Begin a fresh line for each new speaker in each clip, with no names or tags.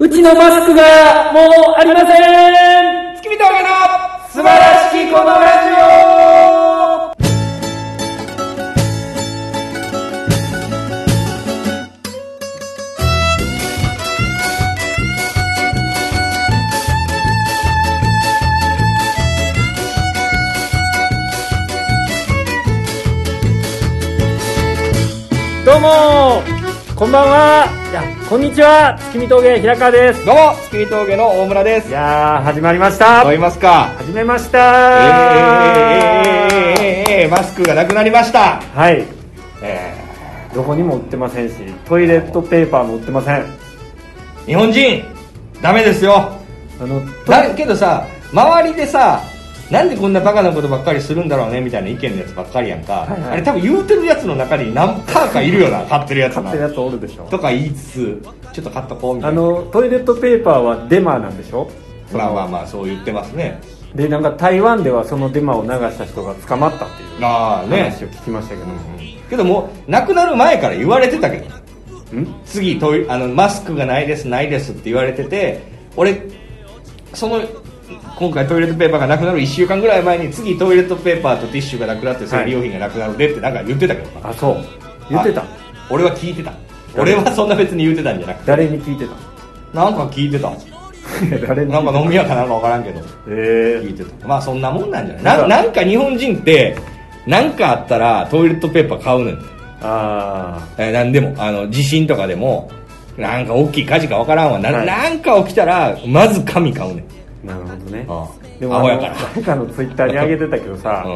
うちのマスクがもうありません
月見峠の素晴らしきこのラジ
どうもこんばんはいや、こんにちは月見峠平川です
オどうも月見峠の大村で
い
す
やー、始まりました
どういますか
始めまし
えー
た
えーえーえーえーえーマスクがなくなりました
はい、
え
どこにも売ってませんし、トイレットペーパーも売ってません。
ー日本人ダメですよ
あの、と
だけどさ周りでさなんでこんなバカなことばっかりするんだろうねみたいな意見のやつばっかりやんか、
はいはい
あれ多分言うてるやつの中に何パーかいるよな買ってるやつ
買
な
ってるやつおるでしょ
とか言いつつちょっと買っとこうみた
あ
いな
の、トイレットペーパーはデマなんでしょ
まあまあまあそう言ってますね
で、なんか台湾ではそのデマを流した人が捕まったっていう
ああね
話を聞きましたけど、
けどもうなくなる前から言われてたけど
ん
次トイあのマスクがないですないですって言われてて俺その今回トイレットペーパーがなくなる1週間ぐらい前に次トイレットペーパーとティッシュがなくなって生理用品がなくなるでってなんか言ってたけどな
あ、そう。言ってた
あ俺は聞いてた
誰
俺はそんな別に言ってたんじゃなくて
誰に聞いてた
なんか聞いてた
誰に
なんか
聞いてた
飲み屋かなんか分からんけど
え
聞
ー
いてたまあそんなもんなんじゃないななんか日本人ってなんかあったらトイレットペーパー買うねん
ああ
えー、なんでもあの地震とかでもなんか大きい火事かわからんわな,、
はい
なんか起きたらまず紙買うねん
なるほどね
ああ
でも
ア
あ
ホ
の
やから
誰かのツイッターに上げてたけどさ、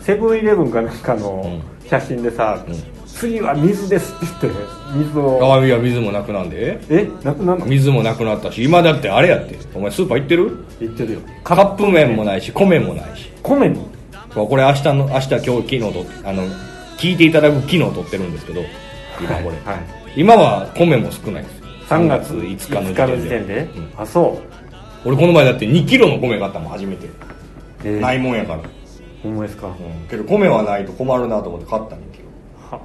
セブンイレブンかなんかの
う
写真でさ、
うん
次は水ですって言って水
うん、
を
あいや水もなくなんで
えなくなんの
水もなくなったし今だってあれやってお前スーパー行ってる
言ってるよ
カップ麺もないし米もないし
米に
そうこれ明日の明日今日昨日とあの聞いていただく昨日撮ってるんですけど今これ、
はいはい
今は米も少ないです
3月
5
5日
日の時
の
点
時
で
点で、
うん
あそ
俺この前だって2キロの米買ったもん初めて、
う、えー
ないもんやから、
ほんまですか、
うん、けど米はないと困るなと思って買ったんだけど
は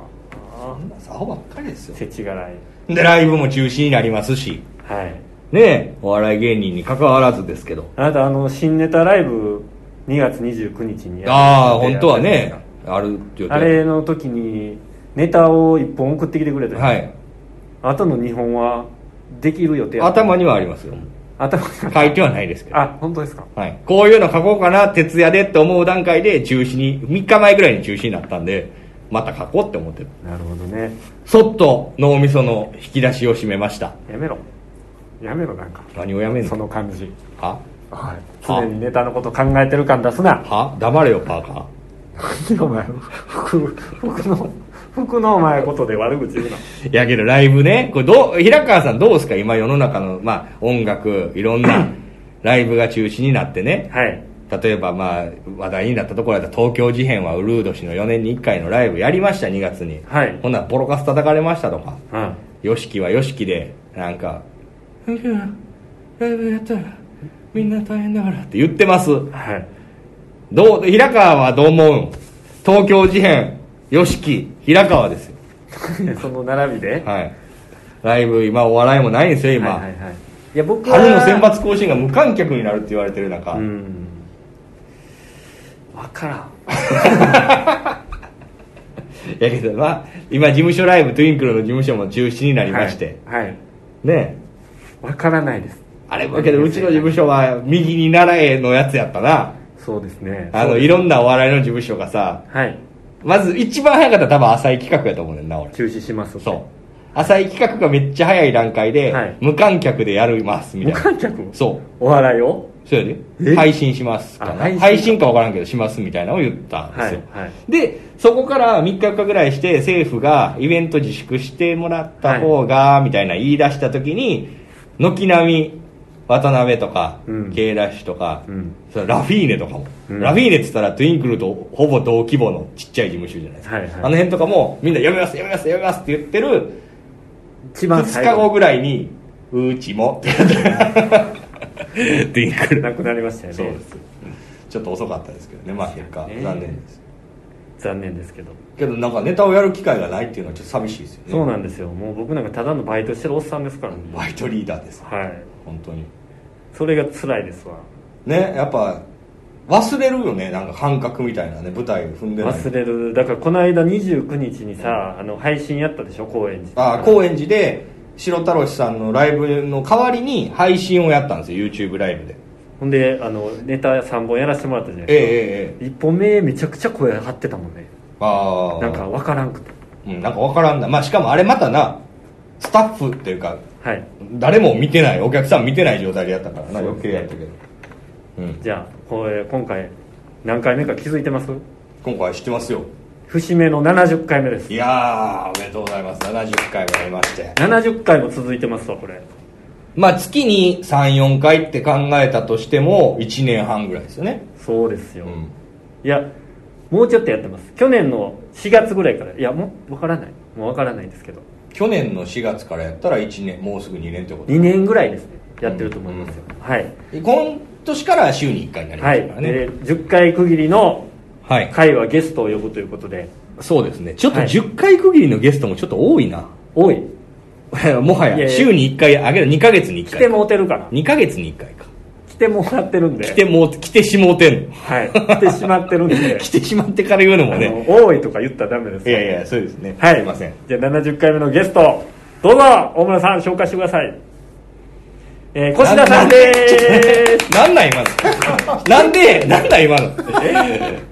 あ
そんなアホばっかりですよ
せちがらい
でライブも中止になりますし
はい
ねえお笑い芸人に関わらずですけど
あなたあの新ネタライブ2月29日にやる
ああ本当はねあるって言
あれの時にネタを1本送ってきてくれた
はいい
あとの2本はできる予定やった
頭にはありますよ
頭に
書いてはないですけど、
あ本当ですか
はい、こういうの書こうかな徹夜でって思う段階で中止に3日前ぐらいに中止になったんでまた書こうって思ってる
なるほどね
そっと脳みその引き出しを閉めました
やめろやめろなんか
何をやめん
そ
の
の感じ
は
はい常にネタのこと考えてる感出すな
は黙れよパーカー
何お前服服の服のお前ことで悪口言うない
やけどライブね、これどう、平川さんどうですか今世の中の、まあ音楽、いろん なライブが中止になってね。
はい
例えばまあ話題になったところだったら東京事変はウルード氏の4年に1回のライブやりました、2月に。
はい
ほんならボロカス叩かれましたとか。
うん
ヨシキはヨシキで、なんか、ヨシキはライブやったらみんな大変だからって言ってます。
はい
どう、平川はどう思うん東京事変、ヨシキ、平川ですよ。
その並びで
はい。ライブ、今お笑いもないんですよ、今。
はいはいはいいや僕は
春の選抜甲子園が無観客になるって言われてる中、
うん分からん
やけどまあ今事務所ライブトゥインクルの事務所も中止になりまして、
はい、はい、
ね
分からないです
あれだけどうちの事務所は右に習えのやつやったな
そうですね
あのいろんなお笑いの事務所がさ
はい
まず一番早かったら多分浅い企画やと思うねんな俺
中止します
そう浅い企画がめっちゃ早い段階で、
はい
無観客でやりますみ
無
たいな
観客
そう
お笑いを
そうや
え
で配信しますか
あ配
ら
信
配
か
信か分からんけどしますみたいなのを言ったんですよ、
はいはい
でそこから3日4日ぐらいして政府がイベント自粛してもらった方がみたいな言い出した時に軒並み渡辺とか、
うん
ケイラッシュとか、
うん
それラフィーネとかも、
うん
ラフィーネって言ったらトゥインクルとほぼ同規模のちっちゃい事務所じゃないですか、
はいはい
あの辺とかもみんなやめますやめますやめますって言ってる
一番
2
最
日後
後
ぐらいにうちもって言 ってトゥインクル
なくなりましたよね
そうですちょっと遅かったですけどねまあ結果
ね
残念です
残念ですけど
けどなんかネタをやる機会がないっていうのはちょっと寂しいですよね
そうなんですよもう僕なんかただのバイトしてるおっさんですからね
バイトリーダーです
はい
本当に
それが辛いですわ
ねやっぱ忘れるよねなんか感覚みたいなね舞台を踏んでない
忘れるだからこの間29日にさあの配信やったでしょ高円寺
あー高円寺で白太郎さんのライブの代わりに配信をやったんですよ YouTube ライブで
ほんであのネタ3本やらせてもらったじゃない
ええ
ですか、
ええええ
一1本目めちゃくちゃ声張ってたもんね
ああ
なんか分からんくて
うん、なんか分からんな、まあ、しかもあれまたなスタッフっていうか
はい
誰も見てないお客さん見てない状態でやったからな
そう
余計やったけど、うん、
じゃあこれ今回何回目か気づいてます
今回知ってますよ
節目の70回目です
いやーおめでとうございます70回もやりまして
70回も続いてますわこれ
まあ月に34回って考えたとしても1年半ぐらいですよね
そうです
う
よ、
ん
いやもうちょっとやってます去年の4月ぐらいからいやもう分からないもう分からないですけど
去年の4月からやったら1年もうすぐ2年ってこと
2年ぐらいですねやってると思いますよ、はい、
今年からは週に1回になりま
は
す
い
からね
で10回区切りの
はい、
回はゲストを呼ぶということで
そうですねちょっと
はい
10回区切りのゲストもちょっと多いな、
おい
もはい
や
や
いや
週に1回あげる2ヶ月に1
来て
回
もうてるから
2ヶ月に1回か
来てもらってるんで
来てもう来てしもうてんの
はい来てしまってるんで
来てしまってから言うの
あ
もね
の多いとか言ったらダメです
いやいやそうですね
はい
すいません
じゃあ70回目のゲストどうぞ大村さん紹介してくださいえー、越田さんでーす
なんなん今のなんでなんなん今の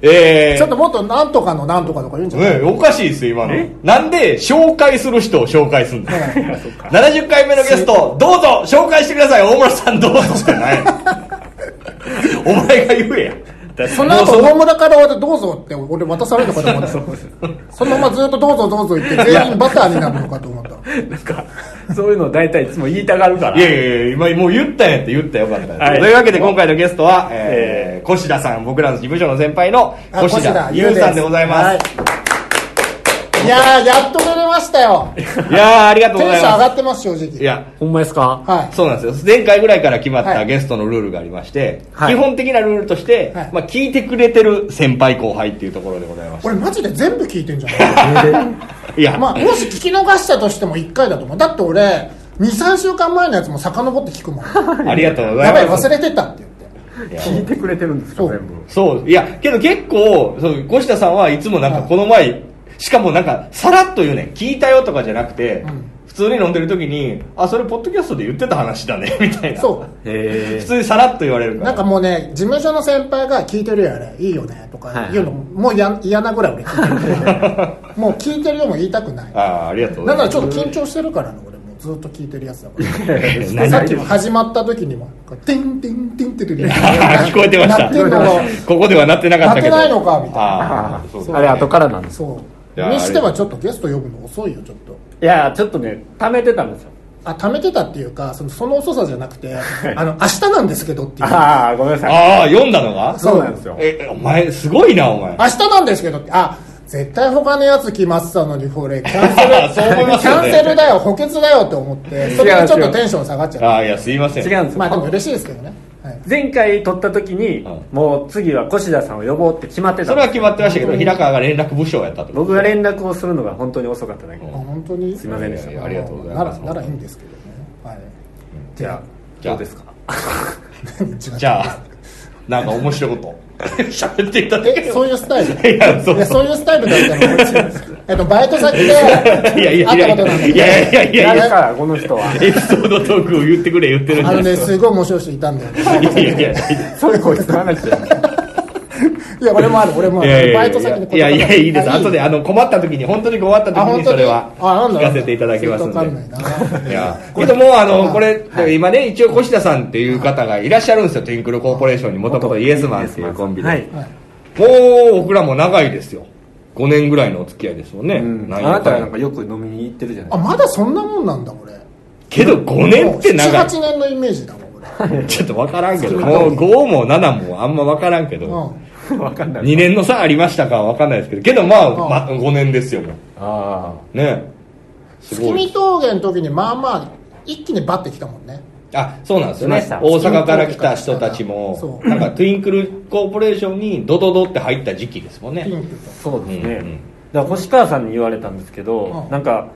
えー、
ちょっともっとなんとかのなんとかとか言うんじゃない、
ねおかしいですよ今の
え
なんで紹介する人を紹介するんだよ
ね
70回目のゲストどうぞ紹介してください大村さんどうぞしかないお前が言えや
その後大村から俺どうぞって俺渡されるのかと思った そのままずっとどうぞどうぞ言って全員バターになるのかと思った
なんかそういうのを大体いつも言いたがるから
いやいやいや今もう言ったんやって言ったらよかった、
はい
というわけで今回のゲストは、えー越田さん僕らの事務所の先輩の
あ
越田
越
優さんでございます、
はいいやーやっと出れましたよテンシ
い、やーありがとう
ョン
ござ
上
いま
がってます正
すい
直
や
ほんまです か
はい
そうなんですよ前回ぐらいから決まっ
は
た
い
ゲストのルールがありまして、
はい
基本的なルールとして、
はい
まあ、聞いてくれてる先輩後輩っていうところでございまし
俺マジで全部聞いてんじゃな
たいや、
いまあもし聞き逃したとしても1回だと思うだって俺23週間前のやつも遡って聞くもんや
ありがとう ございま
ば
す
い忘れてたって言って
いや
聞いてくれてるんですか
そう
全部
そういやけど結構そう越田さんはいつもなんか
はい
この前、しかもなんかさらっと言うねん聞いたよとかじゃなくて、
ん
普通に飲んでる時にあそれポッドキャストで言ってた話だね みたいな
そう
普
へ
通にさらっと言われるから
なんかもうね、事務所の先輩が聞いてるよ、あれ、いいよね、とか言うの、もうや嫌なぐらい俺聞いてる。もう聞いてるよも言いたくない。
あ
だ
あありがとうござ
か
います
らちょっと緊張してるからね、俺もうずっと聞いてるやつだから。
え
何
さっきも始まった時にも、ティンティンティンって出てる
聞こえてました
なってんのが
ここではなってなかったけど
なってないのかみたいな
ああそうだね
からなんです
そう。
いや
にしてはちょっとゲスト呼ぶの遅いよ、ちょっと。
いやちょっとね貯めてたんですよ
あ、貯めてたっていうか、そのその遅さじゃなくて、あの、明日なんですけどっていう。
ああごめんなさい
ああ読んだのが
そうなんですよ
えお前すごいなお前
明日なんですけどって、あ、絶対他のやつ来ますたのに、これ、キャンセ
そ
ル
う思います
キ
よ
ャ
ね
ンセルだよ、補欠だよって思って、それでちょっとテンション下がっちゃ
ああいやすいません
違うんです
う。
よ、
まあでも嬉しいですけどね。はい、
前回撮った時に、
うん
もう次は越田さんを呼ぼうって決まってた
そ
んで
れは
す
決まってましたけど平川が連絡部署やったってこと
僕が連絡をするのが本当に遅かっただけ、
あ本当に
すいませんでした
いやいやありがとうございます
ならならいいんですけどね。はい。
じゃあ
じゃ
ど
あ
うですか
違う
じゃあなんか面白いこと喋っていただけ
え、そういうスタイル
いやそう
いやそういうスタイルだったら俺、えっと、バイト先で
いやい
会っ
やいや
たことなんだ
いやい
け
やいやい
誰
や
からこの人は
エピソードトークを言ってくれ言ってるんじ
ど、あ
ゃな
の
いで
ね、
す
すごい面白い人いたんだよね。
かいやいやいや
それこいつの話だよ
いや、俺もある、俺もあ
いやい
る。
や
バイ
い
ト先
や
で
いやいやいいです
あ
後であの困った時に本当に困った時
あ、本
に
当
そ
に
れは
あ、なんだ
聞かせていただきますん
ちょっとわかん
で
ないな。
いやけどもうあのこれ今ね一応越田さんっていう方がいらっしゃるんですよティンクルコーポレーションにもともとイエスマンっていうコンビで
はい
はい
もう僕らも長いですよ5年ぐらいのお付き合いですもんね
うん、あ
何
な
や
た
かん
は
や
なんかよく飲みに行ってるじゃない
あ、まだそんなもんなんだ、俺。
けど5年って長い
7、8年のイメージだもん、俺。
ちょっと分からんけど、もう5も7もあんま分からんけ
う
ど、
ん。
わかんない
2年の差ありましたかは分かんないですけど、けどまあ、
うん
ま5年ですよ、も
あ
う。ねす
月
ご
見
い。
峠の時に、まあまあ、一気にバッてきたもんね。
あそうなんですよ
いま
ね
した
大阪から来た人たちも
そう
なんかトゥインクルコーポレーションにドドドって入った時期ですもんね
ピンクと
そうですね、
うんうん
だから星川さんに言われたんですけど、
うん
なんか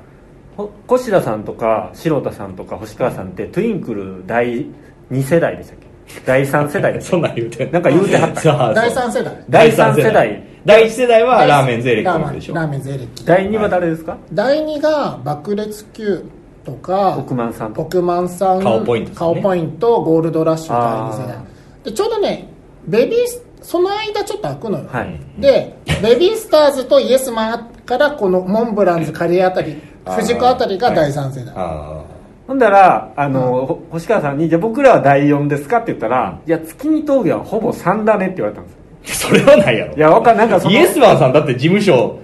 ほ越田さんとか城田さんとか星川さんってトゥインクル第2世代でしたっけ第3世代でし
そ
たっ
んなん言うてん
けなんか言うてはった
さあ
第
そう
三世代
第三世代
第1世代はラーメンゼレ
ラ
ク
ーメ
ト
ン
でしょ
ラーメンゼレキ
第2は誰ですか、
第2が爆裂級とか
億万さんとか
億万さん
顔ポイントですね
顔ポイントゴールドラッシュ第2世
あ
代でちょうどねベビースその間ちょっと開くのよ、
はい
でベビースターズとイエスマンからこのモンブランズカリーあたり
あー
藤子あたりが第3世代
あ
ほんだらあの、ほ星川さんに「じゃあ僕らは第4ですか?」って言ったら「いや月見峠はほぼ3だね」って言われたんですよ
あそれはないやろ
いやわかんないなんかその
イエスマンさんだって事務所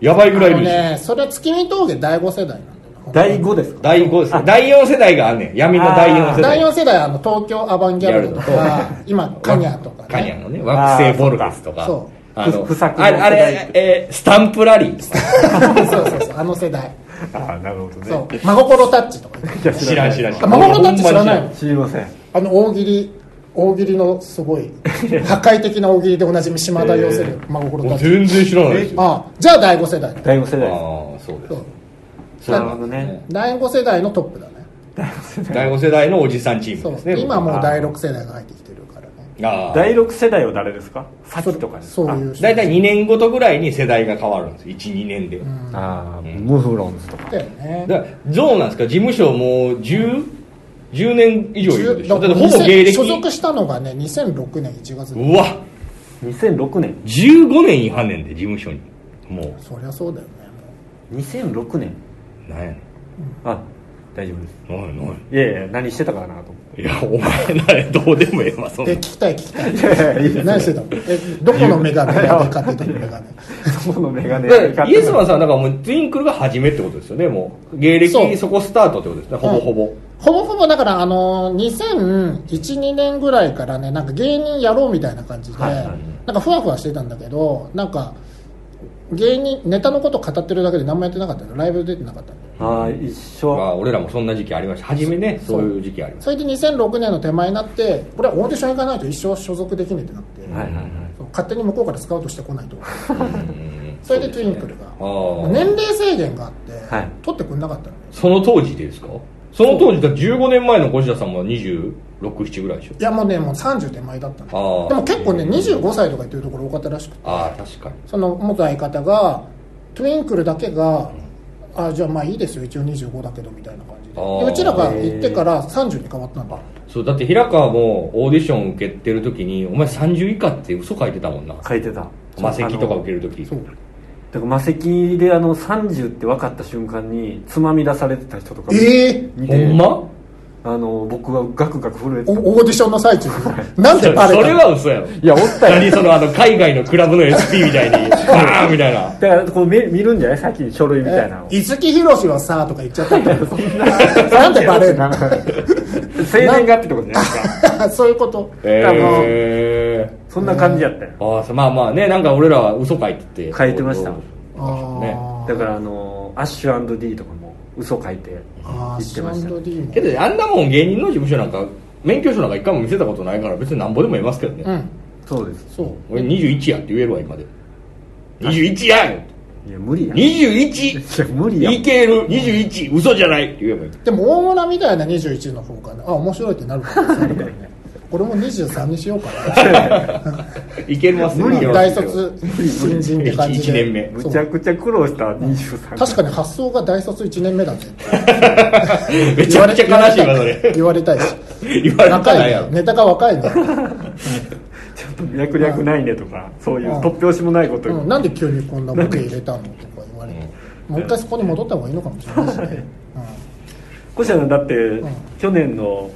やばいぐらいい
あの
るでしょ
ねそれは月見峠第5世代なんだよな
第5ですか
第5世代第4世代があんねん闇の第4世
第
代
4世代はあの東京アバンギャルドとか今カニャとか、ね、
カニャのね惑星ボルゲスと
あー
か
そう
あの
不不作の
あれ
世
あ
代
れ、えースタンプラリーとか
そうそうそうあの世代
ああなるほどね
そう真心タッチとかね
いや
知らん知らん知ら
あ
ん
真心タッチ知らないの
知りません
あの大喜利大喜利の すごい破壊的な大喜利でおなじみ島田洋介の真心
も
た
う
ち
全然知らないですよあ
あじゃあ第5世代
第5世代で
あそうで
そう
す
すなるほどね
第5世代のトップだね
第5世代のおじさんチー
そ
ム
う
ですね
今もう第6世代が入ってきてるからね
ああ
第6世代は誰ですかさっきとかですか
そういう人
大体2年ごとぐらいに世代が変わるんです12年で、
ああムフロンズとか
だよね
だからどうなんですか事務所もう 10, 10年以上いるでしょだってほぼ
2000
芸歴
所属したのがね2006年1月
うわ
2006年
15年違反ねんで事務所にもう
そりゃそうだよね
2006年
なんやね
あ大丈夫です
んなんやなんや
いやいや何してたかなと思っ
いやお前なれどうでもええわそんな
で聞きたい聞きたい
ていやいやいや
何してたのえどこのメガネが買ってたのメガネ
そこのメガネ
だからイエスマ
ン
ンさんなんかもうツインクルが初めってことですよねもう芸
そう
歴そこスタートってことですねほぼほぼ、
ほぼほぼだからあの2001、2年ぐらいからねなんか芸人やろうみたいな感じで、
はいはい
なんかふわふわしてたんだけどなんか芸人ネタのこと語ってるだけで何もやってなかったのライブ出てなかったの
ああ一
ま
緒
あ俺らもそんな時期ありました初めねそういう時期ありま し
それで2006年の手前になってこれはオーディション行かないと一生所属できねえってなって、
はいはいはい
そう勝手に向こうからスカウトしてこないと思って
たうん
それでトゥインクルが、
ああ
年齢制限があって、
はい
取ってくれなかったのよ
その当時ですかその当時だって15年前の越田さんも267ぐらいでしょ
いやもうねもう30手前だった
あ
の
ー
でも結構ね25歳とか言ってるところ多かったらしくて
ああ確かに
その元相方がトゥインクルだけが、あじゃあまあいいですよ一応25だけどみたいな感じで
あー
でうちらが行ってから30に変わったんだ
そうだって平川もオーディション受けてる時にお前30以下って嘘書いてたもんな
書いてた
魔石とか受け
る
る時
そう
だから魔石であの30って分かった瞬間につまみ出されてた人とかも
ええ
見
ほ
て
んま
あの僕はガクガク震え
お
てた
オーディションの最中になん
そ
で
れ
バレたの
は嘘やろ
いやおったよ
何そのあの海外のクラブの SP みたい にバーンみたいな
だからこう見見るんじゃないさっき書類みたいなのを
え五木ひろしはさとか言っちゃったんだよなんでバレる
生年月日とかじゃないですか
の そういうこと
ええ
そんな感じやったよ
ああそうまあまあねなんか俺らは嘘書いてて
書いてました
あ
ね
ー
だからあのアッシュ &D とかも嘘書いて
あ
言ってましたね
C&D も
けどあんなもん芸人の事務所なんか免許証なんか一回も見せたことないから別になんぼでも言えますけどね、
うん
そうです
そう
俺21やって言えるわ今で21やん
いや無理やんい
21
や無理やん
いける21嘘じゃないって言えばいい
でも大村みたいな21の方からあ面白いってなる可能性 あるからね俺も23にしようかな
いけます
無理よ
大卒新人って感じで
一年目
むちゃくちゃ苦労した23
確かに発想が大卒1年目だぜ
めちゃくちゃ悲しいわそ れ
言われたいし
言われたらな
若
い
い
や
ね
ろ
ネタが若いね、
ちょっと脈略ないねとかそういう突拍子もないこと
うん、
言
な
うん
で急にこんなボケ入れたのとか言われて、もう一回そこに戻った方がいいのかもしれないしね、
こちらだって
ん
去年の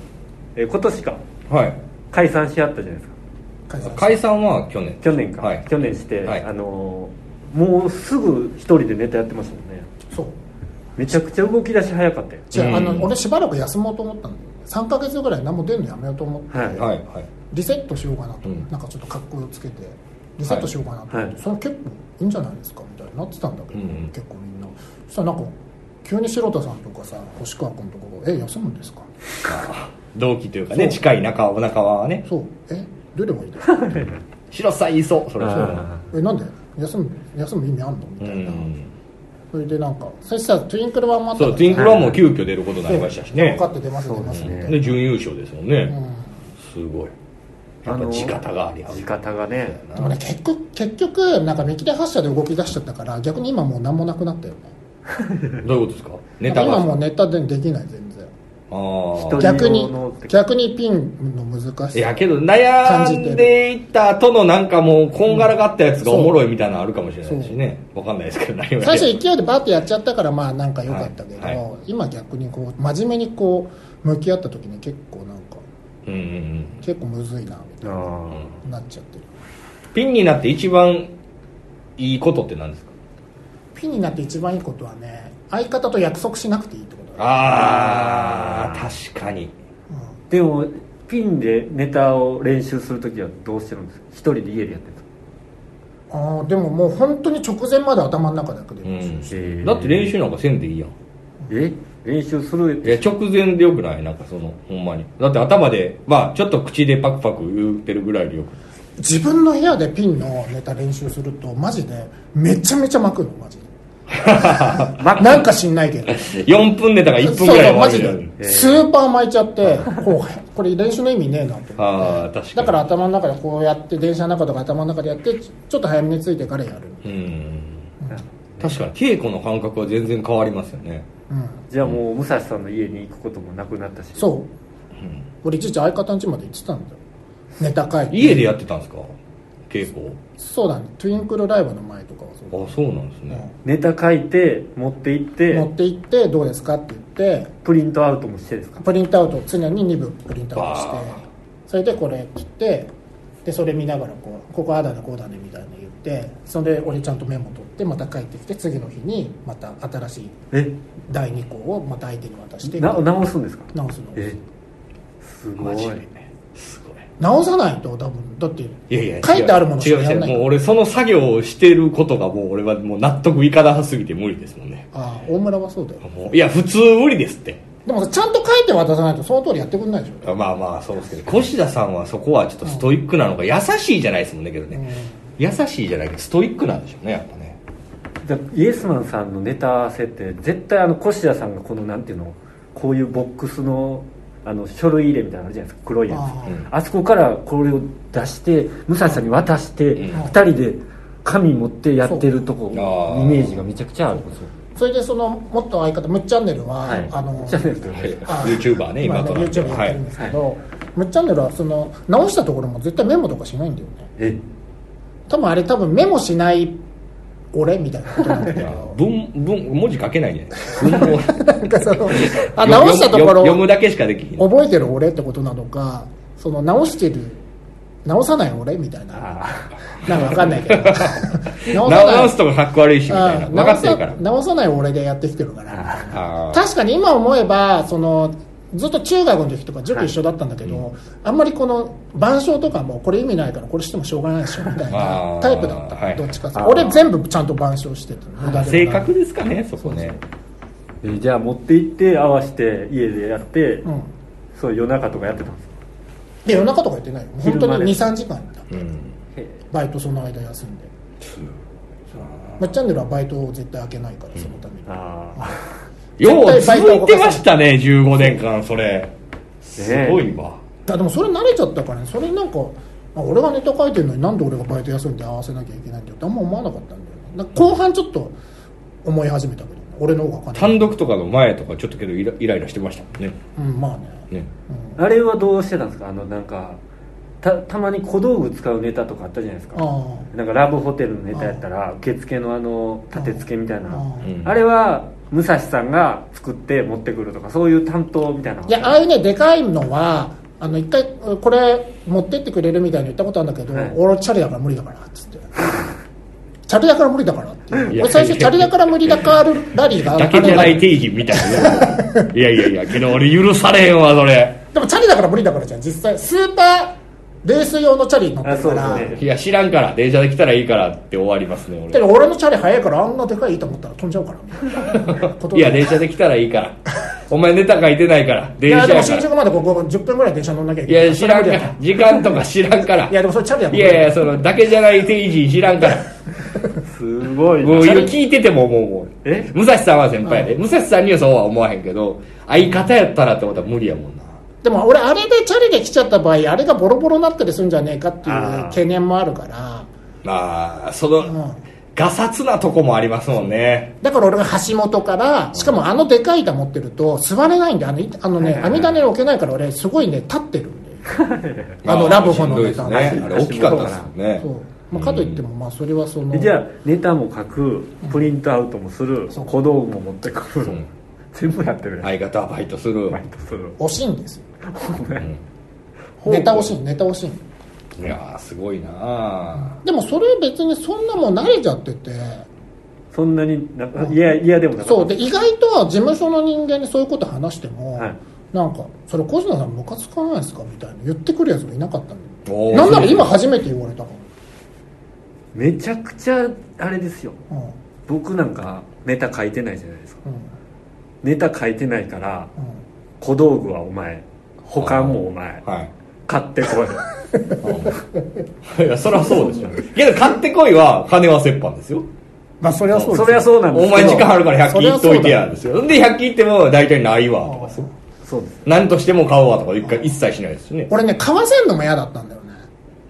え今年か
はい
解散し合ったじゃないですか
うん、解散
解散は去年
去年か、
はい
去年して、
はい
あのもうすぐ一人でネタやってましたもんね
そう
めちゃくちゃ動き出し早かったよ
違う、あ
うん
の俺しばらく休もうと思ったんだよ3ヶ月ぐらい何も出るのやめようと思って、
はい、
はいはい
リセットしようかなと、
うん
なんかちょっと格好をつけてリセットしようかなと、
はい
それ結構いいんじゃないですかみたいになってたんだけど、
うんうん
結構みんなそしたらなんか急に城田さんとかさ星川君とかが「え休むんですか?」
同期というか
そ
ね
う
近い仲は仲間はね
そうえどれもいいです
白さんいそうそれは
えなんで休む休む意味あんの
そ
みた
う
いな、
ん
それでなんかそしたらトゥインクルワンもあった
そうトゥインクルワンも急遽出ることになりましたしね
分かって出ます出ますみたいな、
で準優勝ですもん
う
ね
ん
すごいや
あ
っぱ
の
地方がありゃ
地方がね
でもね結局結局なんか見切り発車で動き出しちゃったから逆に今もう何もなくなったよね
どういうことですかネタ
今も
が
うネタでできない全然
あー
人
逆
人
に
用のって
逆にピンの難
い
し
や
さ
けど悩んでいった後のなんかもうこんがらがったやつがおもろいみたいなのあるかもしれないしねわかんないですけど何をや
最
る
初勢いでバーってやっちゃったからまあなんか良かったけど、
はいは
今逆にこう真面目にこう向き合った時に結構なんか
うんうんうん
結構むずいなみたい
あー
になっちゃってる
ピンになって一番いいことって何ですか
ピンになって一番いいことはね相方と約束しなくていいってことだ、
ああ確かに
うん
でもピンでネタを練習するときはどうしてるんですか一人で家でやってるんですか
あーでももう本当に直前まで頭の中だけで、
うん
えー
だって練習なんかせんでいいやん
え練習する
いや直前でよくないなんかそのほんまにだって頭でまあちょっと口でパクパク言うてるぐらいでよく
自分の部屋でピンのネタ練習するとマジでめちゃめちゃ巻くの マジで なんか知んないけど
4分ネタが1分ぐらい
そう
で
マジ
終わる
でスーパー巻いちゃってこうこれ練習の意味ねえなと
あ
思
あ
っ
確か
て
に
だから頭の中でこうやって電車の中とか頭の中でやってちょっと早めについてからやる、
うん確かに稽古の感覚は全然変わりますよね
うん、
じゃあもう武蔵さんの家に行くこともなくなったし
そう、俺いちいち相方の家まで行ってたんだよネタ書いて
家でやってたんですか稽古
そうだねトゥインクルライブの前とかはそうだ
あそうなんですね
ネタ書いて持って行っ
持
て
って行ってどうですかって言って
プリントアウトもしてですか
プリントアウト常に2部プリントアウト
わ
し
あ
てそれでこれ切ってでそれ見ながらこうここああだねこうだねみたいなの言ってそれで俺ちゃんとメモ取ってまた帰ってきて次の日にまた新しい
え
第2項をまた相手に渡して
な直すんですか
直すの
えすご
マ
い
ジでねすごい
直さないと多分だって
いやいや
書いてあるものし
違
か
う
や
違
ん
う
ない
もう俺その作業をしてることがもう俺はもう納得いかなすぎて無理ですもんね
ああ大村はそうだよ
もういや普通無理ですって
でもさちゃんと書いて渡さないとその通りやってくんないでしょ
あまあまあそうですけど越田さんはそこはちょっとストイックなのか優しいじゃないですもんねけどね優しいじゃないけどストイックなんでしょうねやっぱね
だイエスマンさんのネタ合わせって絶対あの越田さんがこのなんていうのこういうボックスのあの書類入れみたいなのあるじゃないですか黒いやつ
あ
あ,、
あ
そこからこれを出して武蔵さんに渡して、
うん
二人で紙持ってやってるとこ
ああ
イメージがめちゃくちゃあるんですよ
それでそのもっと相方むっチャンネルは、
はい
あの
じゃないですか
はい
あ
YouTuber ね今
今
と
ね
なっては
YouTube やってるんですけど、むっチャンネルはその直したところも絶対メモとかしないんだよね
え
多分あれ多分メモしない俺みたいなことなんだ
い
け
や
ど
文文文字書けないじゃないですか文法
なんかそのあ直したとこ
読む読む読む
ろ
だけしかできひん
覚えてる俺ってことなのかその直してる直さない俺みたいな
あ
なんかわかんないけど直さない
直すとかかっこ悪いしみたいな
うん
分かってるか
直
ら
さ直さない俺でやってきてるから
あー
確かに今思えばそのずっと中学の時とか塾一緒だったんだけど、あんまりこの板書とかもこれ意味ないからこれしてもしょうがないでしょみたい
あ
な
ー
タイプだった、
はい
どっちかって
あー
俺全部ちゃんと板書してた無駄でもなく
性格ですかねそこね
えじゃあ持って行って合わせて家でやって、
うん
そう夜中とかやってたんですか
で夜中とかやってないよ本
昼間
当
で
に23時間いた
うん
バイトその間休んでまっチャンネルはバイトを絶対開けないからそのために、
ああ
よう続いてましたね15年間それすごいわ
だでもそれ慣れちゃったからねそれなんかあ俺がネタ書いてるのになんで俺がバイト休んで合わせなきゃいけないんだよってあんま思わなかったんだよねなんか後半ちょっと思い始めたけどね俺の方が分かんな
単
い
独とかの前とかちょっとけどイライライラしてましたもんね
うんまあね
ね
あれはどうしてたんですかあのなんかたたまに小道具使うネタとかあったじゃないですか
ああ
なんかラブホテルのネタやったら受付のあの立て付けみたいな
あ
うん
あれは武蔵さんが作って持ってくるとかそういう担当みたいない
やああいうねでかいのはあの一回これ持ってってくれるみたいに言ったことあるんだけど、
はい
俺チャリだから無理だからっつってチャリだから無理だからって
いや
俺最初チャリだから無理だからラリーがあ
だけじゃない定義みたい ないやいやいやけど俺許されへんわそれ
でもチャリだから無理だからじゃん実際スーパーレース用のチャリ乗ってるか
あ
ら
そうですね
いや知らんから電車で来たらいいからって終わります ね
で
俺
俺のチャリ早いからあんなでかい板持ったら飛んじゃうからみたいなこと
いや電車で来たらいい からお前ネタ書いてないから
い
電
や
車
でも
やか
新
ら
宿までここ10分ぐらい電車乗んなきゃい
い
けない
や知らんから時間とか知らんから
いやでもそれチャリだも
い
ん
やいやそのだけじゃない定義知らんから
すごいな
もう今聞いてても思うもん
え
武蔵さんは先輩やで武蔵さんにはそうは思わへんけど相方やったらってことは無理やもんな
でも俺あれでチャリで来ちゃった場合あれがボロボロになったりするんじゃねえかっていう懸念もあるから
まあそのがさつなとこもありますもんね
だから俺が橋本からしかもあのでかい板持ってると座れないんであのいあのね網棚に置けないから俺すごいね立ってるんであのラブホの
しんどい
ネ
で
タ
すねあれ大きかったですもんね
そう、まあ、かといってもまあそれはその
えじゃあネタも書くプリントアウトもする
そう
小道具も持ってくる、
うん
全部やってるやん、
相方はバイトする
バイトする
惜しいんですよ
ほう
ネタ惜しいネタ惜しい
いやーすごいなあ
でもそれ別にそんなもう慣れちゃってて
そんなになんかいやいやでもなかった
そうで意外とは事務所の人間にそういうこと話しても、
はい
なんか「それ小島さんムカつかないですか?」みたいな言ってくるやつがいなかったんで
おー
なんなら
そう
今初めて言われたか
めちゃくちゃあれですよ
ら、うんうん
僕なんかネタ書いてないじゃないですかネタ書いてないから
う
小道具はお前保管もお前
はい
買ってこい
いや、そりゃそうでしょ。けど、買ってこいは、金は折半ですよ。
ん、まあそれはそうです
そりゃそう なんです
お
けど
前時間あるから100
そ
均
り
い
ゃ
っと
そうだ
いてや、ですよ。で、100均いっても、大体ないわ、とかですよ。
そうです
何としても買おうわ、とか、一回一切しないですよね。
俺ね買わせんのも嫌だったんだよね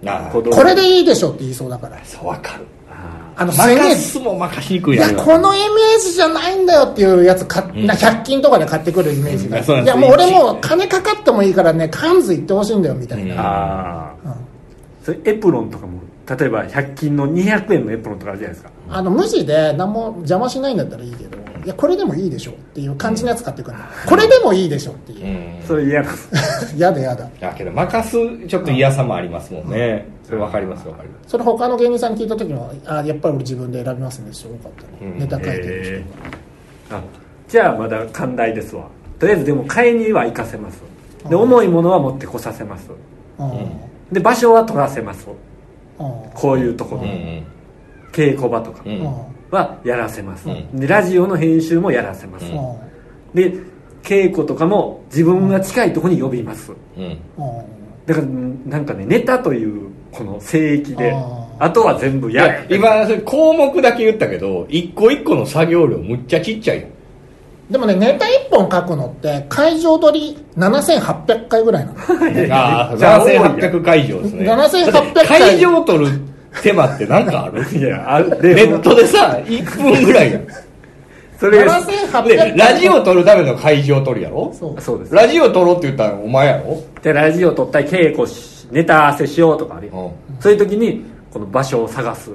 なあ
小道具
これでいいでしょって言いそうだから
そう、わかる。
あ
あのすげえ
任すも任しにく
い
いな。
やこのイメージじゃないんだよっていうやつか、な100均とかで買ってくるイメージが、
うんそうなん
い
です
やもう俺もう金かかってもいいからね関西行ってほしいんだよみたいな、
う
ー
ん
あー、
うん
それエプロンとかも例えば100均の200円のエプロンとかあるじゃないですか
あの無地で何も邪魔しないんだったらいいけどいやこれでもいいでしょっていう感じのやつ買ってくるのこれでもいいでしょっていうう
ん。
それ嫌なんです
やだやだ
だけど、任す、ちょっと嫌さもありますもんね。それわかります、わかります。
それ他の芸人さんに聞いた時もあやっぱり俺自分で選びますね人多かったね、
うん
ネタ書いてる
あじゃあまだ寛大ですわとりあえずでも買いには行かせますで重いものは持ってこさせます
人が、うん
で場所は取らせます
うん
こういうところ、
うん
稽古場とか
うん。うん。
うん
はやらせます、
うん
でラジオの編集もやらせます、
う
う
で
ん
稽古とかも自分が近いところに呼びます
うん。
うん
だからんなんかねネタというこの聖域で
あー
あとは全部
いや
や、
今、それ項目だけ言ったけど、一個一個の作業量、むっちゃちっちゃ いよ。
でもねネタ1本書くのって会場取り7800回ぐら いなの
ああ、
じゃあ
7800会場ですね。
7800会
会場取る手間ってなんかある
いやあ
ネ
で
ットでさ、1分ぐらいやん。
それが
で、
7800
ラジオ取るための会場取るやろ
そう
そうです
ラジオ取ろうって言ったらお前やろ
でラジオ撮ったり稽古しネタ合わせしようとかあるよそういう時にこの場所を探す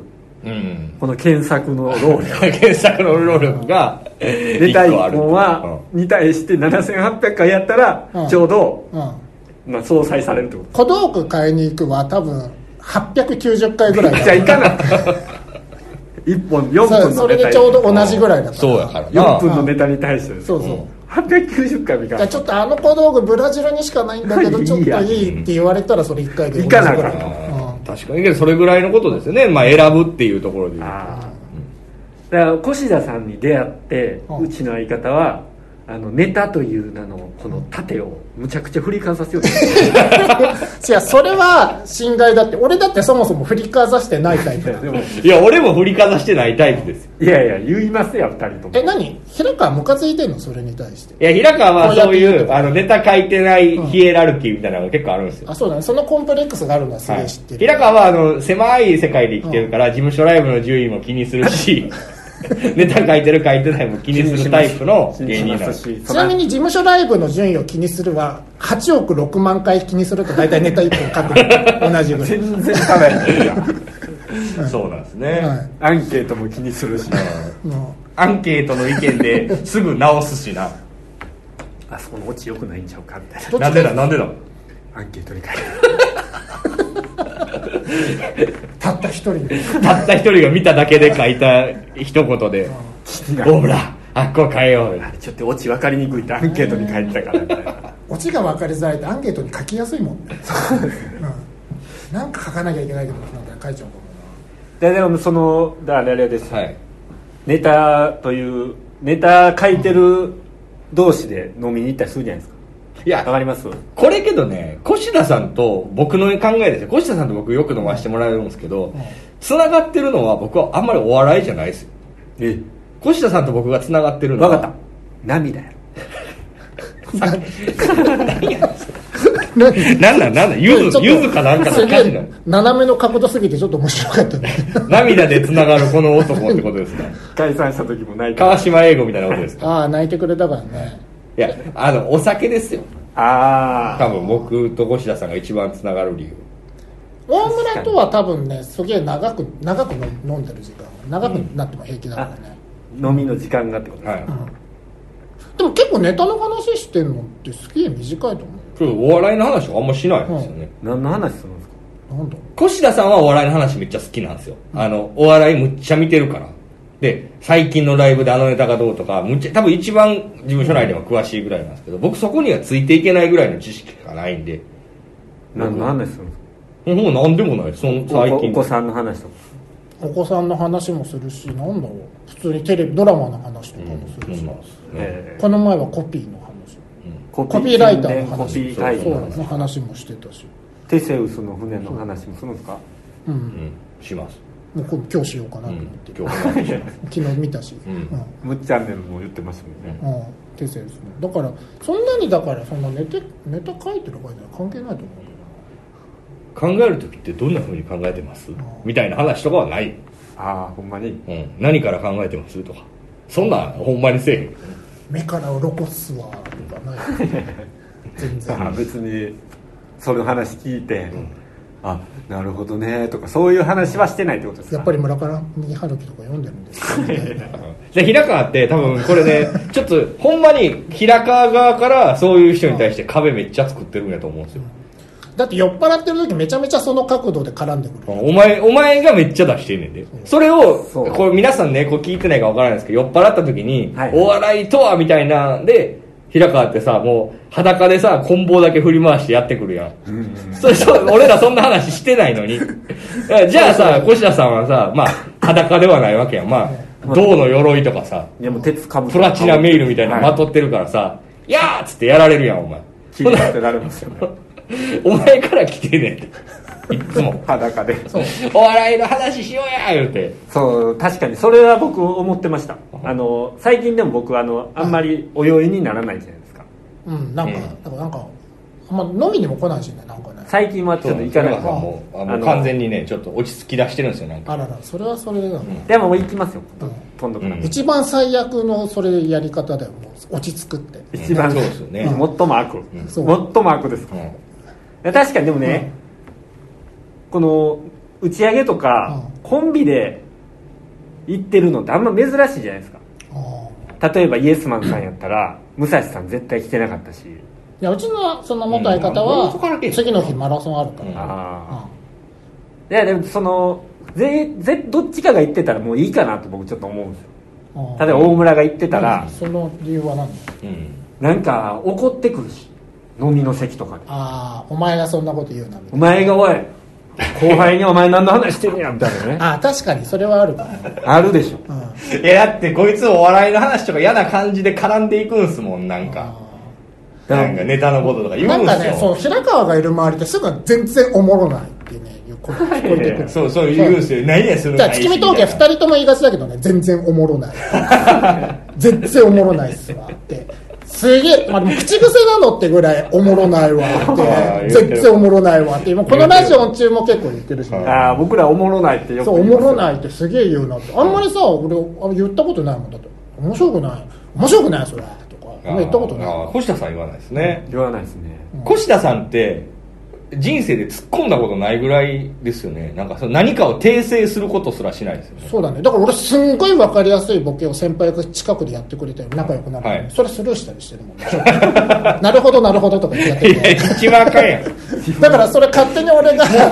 うん。うん。
この検索の労力
検索の労力が、
ネ
出
タ1本はに対して7800回やった
う
ら
ん
ちょうど、
うん
まあ、相殺されるってこと
小道具買いに行くは多分890回ぐらい
じゃ
だ
あ行か な1本4
そ
分
うそ
の
れ
ネタ
でちょうど同じぐらいだから
そうやから
4
な。
分のネタに対してです
そうそう、
890回もいか
いやちょっとあの小道具ブラジルにしかないんだけど
いい
ちょ
や
っといいって言われたらそれ一回で
行かなあかん
同じぐらい
あー確かに。けどそれぐらいのことですよね。まあ選ぶっていうところで言うと。
ああだから越田さんに出会って
うん
うちの相方はあのネタという名のこの盾をむちゃくちゃ振りかざ すようになっ
いやそれは侵害だって俺だってそもそも振りかざしてないタイプ
て
だ
でも
いや、俺も振りかざしてないタイプですよ。
いやいや言いますよ2人とも
え何平川ムカついてんのそれに対して
いや、平川はそう
こうやって言
いうう、
と
あの、ネタ書いてないヒエラルキーみたいなのが結構あるんですよ。
あそうだねそのコンプレックスがあるのはす
は
げえ
い
知ってる、
平川は、あの、狭い世界で生きてるから、事務所ライブの順位も気にする し、ネタ書いてる書いてないも気にするタイプの芸人なんです。
ちなみ
に
に事務所ライブの順位を気にするは8億6万回気にすると大体ネタ1本書くのと同じぐらい、
全然食べない やん
そうなんですね。
はい
アンケートも気にするし
も
アンケートの意見ですぐ直すし な。
あそこのオチ良くないんちゃうかみたいう
どっ
な
ち
んで
で
だ、なんでだ。
なアンケートに書いて
たった一人で
たった一人が見ただけで書いた一言 で、
気になる
ほら、あっこ変えようよ。
ちょっとオチ分かりにくいってアンケートに書いてたからみたいな
オチが分かりづらいってアンケートに書きやすいもんね、うんなんか書かなきゃいけないけどなんか書いちゃうかも
ででもそのだからあれです、
はい
ネタというネタ書いてる同士で飲みに行ったりするじゃないですか
いや
わかります
これけどね越田さんと僕の考えですよ越田さんと僕よく飲ませてもらえるんですけど
ん
つながってるのは僕はあんまりお笑いじゃないですよ
え
越田さんと僕がつながってるの
わ
は
かった涙や
な何
なんなんなんなんゆ
ちょ
ず
っと
ゆずかなんか
す
の
げ
歌詞な
え斜めの角度すぎてちょっと面白かっ たね
の涙でつながるこの男ってことですか
解散した時もない
川島英語みたいなことですか
ああ泣いてくれたからね
いやあのお酒ですよ
あ
多分僕と越田さんが一番つながる理由
大村とは多分ねすげえ長く長く飲飲んでる時間長くなっても平気だからね、
あ飲みの時間がってこと
はい
でも結構ネタの話してんのってすげえ短いと思
そうお笑いの話はあんましないんですよね、
何の話するんですか
うなんだろ
越田さんはお笑いの話めっちゃ好きなんですよ、あのお笑いむっちゃ見てるからで最近のライブであのネタがどうとかむっちゃ多分一番事務所内でも詳しいぐらいなんですけど僕そこにはついていけないぐらいの知識がないんで
何の話するんですか
もう何でもないその
お
最
子お
近
子さんの話とか
うお子さんの話もするしなんだろう普通にテレビドラマの話とかもす
うん
るし、
そうなんですね
え
この前はコピーの話
ーコ
コピーライターの
コ
話
ピーライター
そう
の話
の話もしてたし
テセウスの船の話もするんですか
うん、
うんします、
もうこれ今日しようかな
う
と思っ
ん
て、、
今日お話しします
昨日見たし、
う ん
むっちゃんねも言ってましたもんね
うん手製ですねだからそんなにだからそんなネタネタ書いてる書いてない関係ないと思う
考える時ってどんなふうに考えてますみたいな話とかはない、
ああほんまに
うん、何から考えてますとかそんなんほんまにせえへん
目から鱗っすわとかない全然
あ別にその話聞いて、あなるほどねとかそういう話はしてないってことですか
やっぱり村上春樹とか読んでるんですよみたいな
で平川って多分これねちょっとほんまに平川側からそういう人に対して壁めっちゃ作ってるんやと思うんですよ
だって酔っ払ってる時めちゃめちゃその角度で絡んでくる
お前お前がめっちゃ出してんねんでそれを
そう
これ皆さんねこう聞いてないかわからないんですけど酔っ払った時に、
はい
お笑いとはみたいなんで平川ってさもう裸でさ棍棒だけ振り回してやってくるやん、それそう俺らそんな話してな いのにじゃあさ越田さんはさまあ裸ではないわけやんまあ銅の鎧とかさ
いやもう鉄かぶ
プラチナメールみたいなのま
はい
とってるからさ、い、やーっつってやられるやん、お前。
切り立てられますよね
お前から来てんねんって。いっつも。
裸でそう
お笑いの話しようや言うて。
確かにそれは僕思ってましたあの最近でも僕あのあんまり泳いにならないじゃないですか
うんなんか、
うん
だからなんかあんま飲みにも来ないしねなんかね
最近はちょっと行かない
平川さんもうあ
あ
もう
の
完全にね、ちょっと落ち着き出してるんですよ、なんか。
あららそれはそれだな、
でももう行きますよ
うん
今度から、
うん
一番最悪のそれやり方だよもう落ち着くって
一番
そうですよね
最も悪、
そう
最も悪ですか
う
ら、
ん
いや確かにでもね、この打ち上げとか、
うん
コンビで行ってるのってあんま珍しいじゃないですか
ああ
例えばイエスマンさんやったら武蔵さん絶対来てなかったし、
いやうちのその元相方
うん元から
は
来る
次の日マラソンあるか
うん
ら、
ああいやでもそのぜぜどっちかが行ってたらもういいかなと僕ちょっと思うんですよ
うん
例えば大村が行ってたら
うん、その理由は何
うん。
なんか怒ってくるし飲みの席とかで
ああお前がそんなこと言うなみ
「
た
お
い
前がおい後輩にお前何の話してんねや」みたいなね
なああ確かにそれはあるかも、
あるでしょ
うん、あ
いや、だってこいつお笑いの話とか嫌な感じで絡んでいくんすもん、なんか。
だ
なんかネタのこととか
ー
言
な
うんん
か
す
ね
よ。
そう平川がいる周りってすぐ全然おもろないってねいう声が聞こえてくる
そう、そう言うんすよ。何や する
じゃあ月見峠2人とも言いがちだけどね全然おもろない全然おもろないっすわってすげえ、まあ、でも口癖なのってぐらいおもろないわ
言
って
ってる
全然おもろないわって今このラジオ中も結構言ってるし、ね、
ああ僕らおもろないってよく
そうお
言い
も
ます
ろないってすげえ言うなってあんまりさ俺あ言ったことないもんだって面白くない面白くないそれとかあんま言ったことない
い。越田さん言わないですね。
言わないですね
越田さんって人生で突っ込んだことないぐらいですよねなんかその何かを訂正することすらしないですよね
そうだねだから俺すんごい分かりやすいボケを先輩が近くでやってくれたよ仲良くなるのに、
はい
それスルーしたりしてるもんねなるほどなるほどとか言ってやって
い
る
や一番あかんやん
だからそれ勝手に俺 が
それ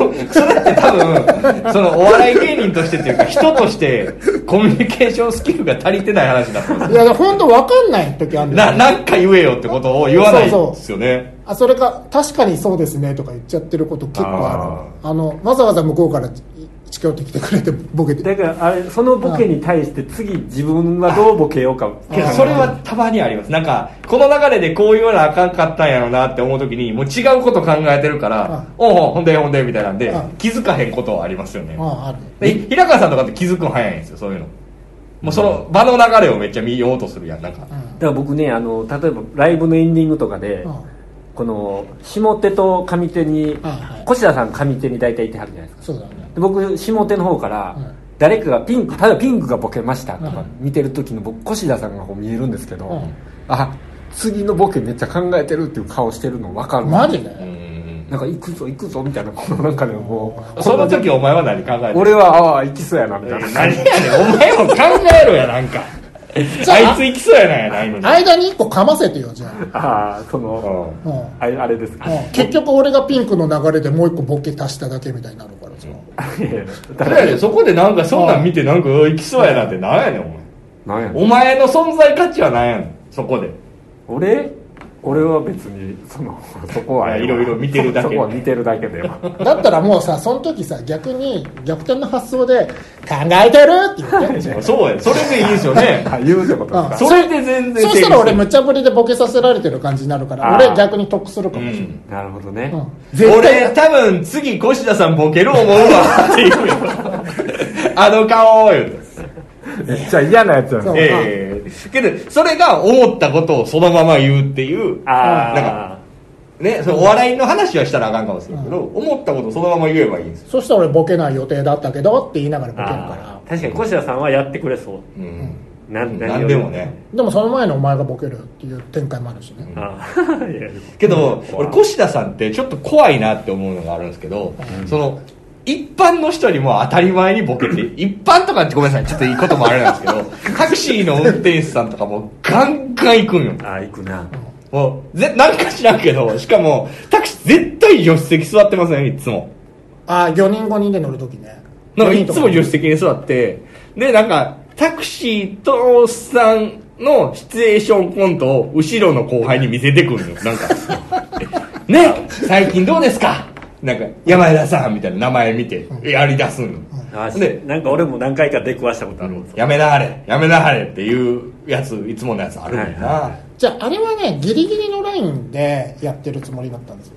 って多分そのお笑い芸人としてっていうか人としてコミュニケーションスキルが足りてない話だと思うんで
いや本当わかんない時あるん
す
だ
な
よ
なんか言えよってことを言わないですよね
あそれか確かにそうですねとか言っちゃってること結構あるあのわざわざ向こうから近寄ってきてくれてボケて
だからあれそのボケに対して次自分はどうボケようか
けどそれはたまにありますなんかこの流れでこう言わなあかんかったんやろなって思う時にもう違うこと考えてるから
うん
おうおうほんでほんでみたいなんで
うん
気づかへんことはありますよね
ああある
で平川さんとかって気づくの早いんですよそういうのもうその場の流れをめっちゃ見ようとするやんなんか
う
だから僕ねあの例えばライブのエンディングとかで、
んうん
この下手と上手に、
はいはい
越田さん上手に大体いてはるじゃないですか
そうだよね
で僕下手の方から、
うん
誰かがピンク例えばピンクがボケましたと
う
か
ん
見てる時の僕越田さんがこう見えるんですけど、
うん
あ次のボケめっちゃ考えてるっていう顔してるの分かる
マジで
うん
なんか行くぞ行くぞみたいなこのなんかねもう
その時お前は何考えてる
俺はああ行きそうやなみたいな
何やねんお前も考えろやなんかあいつ
じゃあ
行きそうやなんやないのに
間に一個かませてよじゃ
ああその
うん
あうん
あれあれですか
うん結局俺がピンクの流れでもう一個ボケ足しただけみたいになるから
い
さ
やいやだ
そ
か
うや
ら
でそこでなんかそんなん見てなんかうわ行きそうやなってなんやねんお前
なんやねん
お前の存在価値はなんやねんそこで
俺俺は別にそ のそこはええわ
いやいろいろ見てるだけ
そこは見てるだけで
だったらもうさその時さ逆に逆転の発想で「考えてる!」って言って
そうやそれでいいですよね
あ言うってことですか
それで全然
そしたら
成
俺
立
無茶ぶりでボケさせられてる感じになるから
あー
俺逆に得するかもし
す
れ
る
な
う
なる
ん
い、
ほどね、
うん
俺多分次越田さんボケる思うわって言うよ あの顔言うて
めっちゃ嫌なやつや
そう
ね
ええけどそれが思ったことをそのまま言うっていう
あ
なんかね、そのお笑いの話はしたらあかんかもしれんけど、思ったことをそのまま言えばいいんですよ、
そしたら俺ボケない予定だったけどって言いながらボケる
あ
か
ー確かに越田さんはやってくれそう
うん
なん何
何
よ
で
り
もね
らでもその前のお前がボケるっていう展開もあるしね、
あー いやいや
けど、俺越田さんってちょっと怖いなって思うのがあるんですけど、その一般の人にも当たり前にボケて一般とかってごめんなさいちょっといいこともあれなんですけ どタクシーの運転手さんとかもガンガン行くんよ
あー行くな
もうぜなんか知らんけどしかもタクシー絶対助手席座ってませんいつも
ああ4人5人で乗る時ね
なんか
四人
い
と
つも助手席に座って、で、なんか、タクシーとさんのシチュエーションコントを後ろの後輩に見せてくるの。なんか、ね、最近どうですかなんか、山枝さんみたいな名前見て、やり出すの。
あー
で
なんか俺も何回か出くわしたことある、
やめなはれ、やめなはれっていうやつ、いつものやつあるもん
は
な。
じゃああれはねギリギリのラインでやってるつもりだった んですよ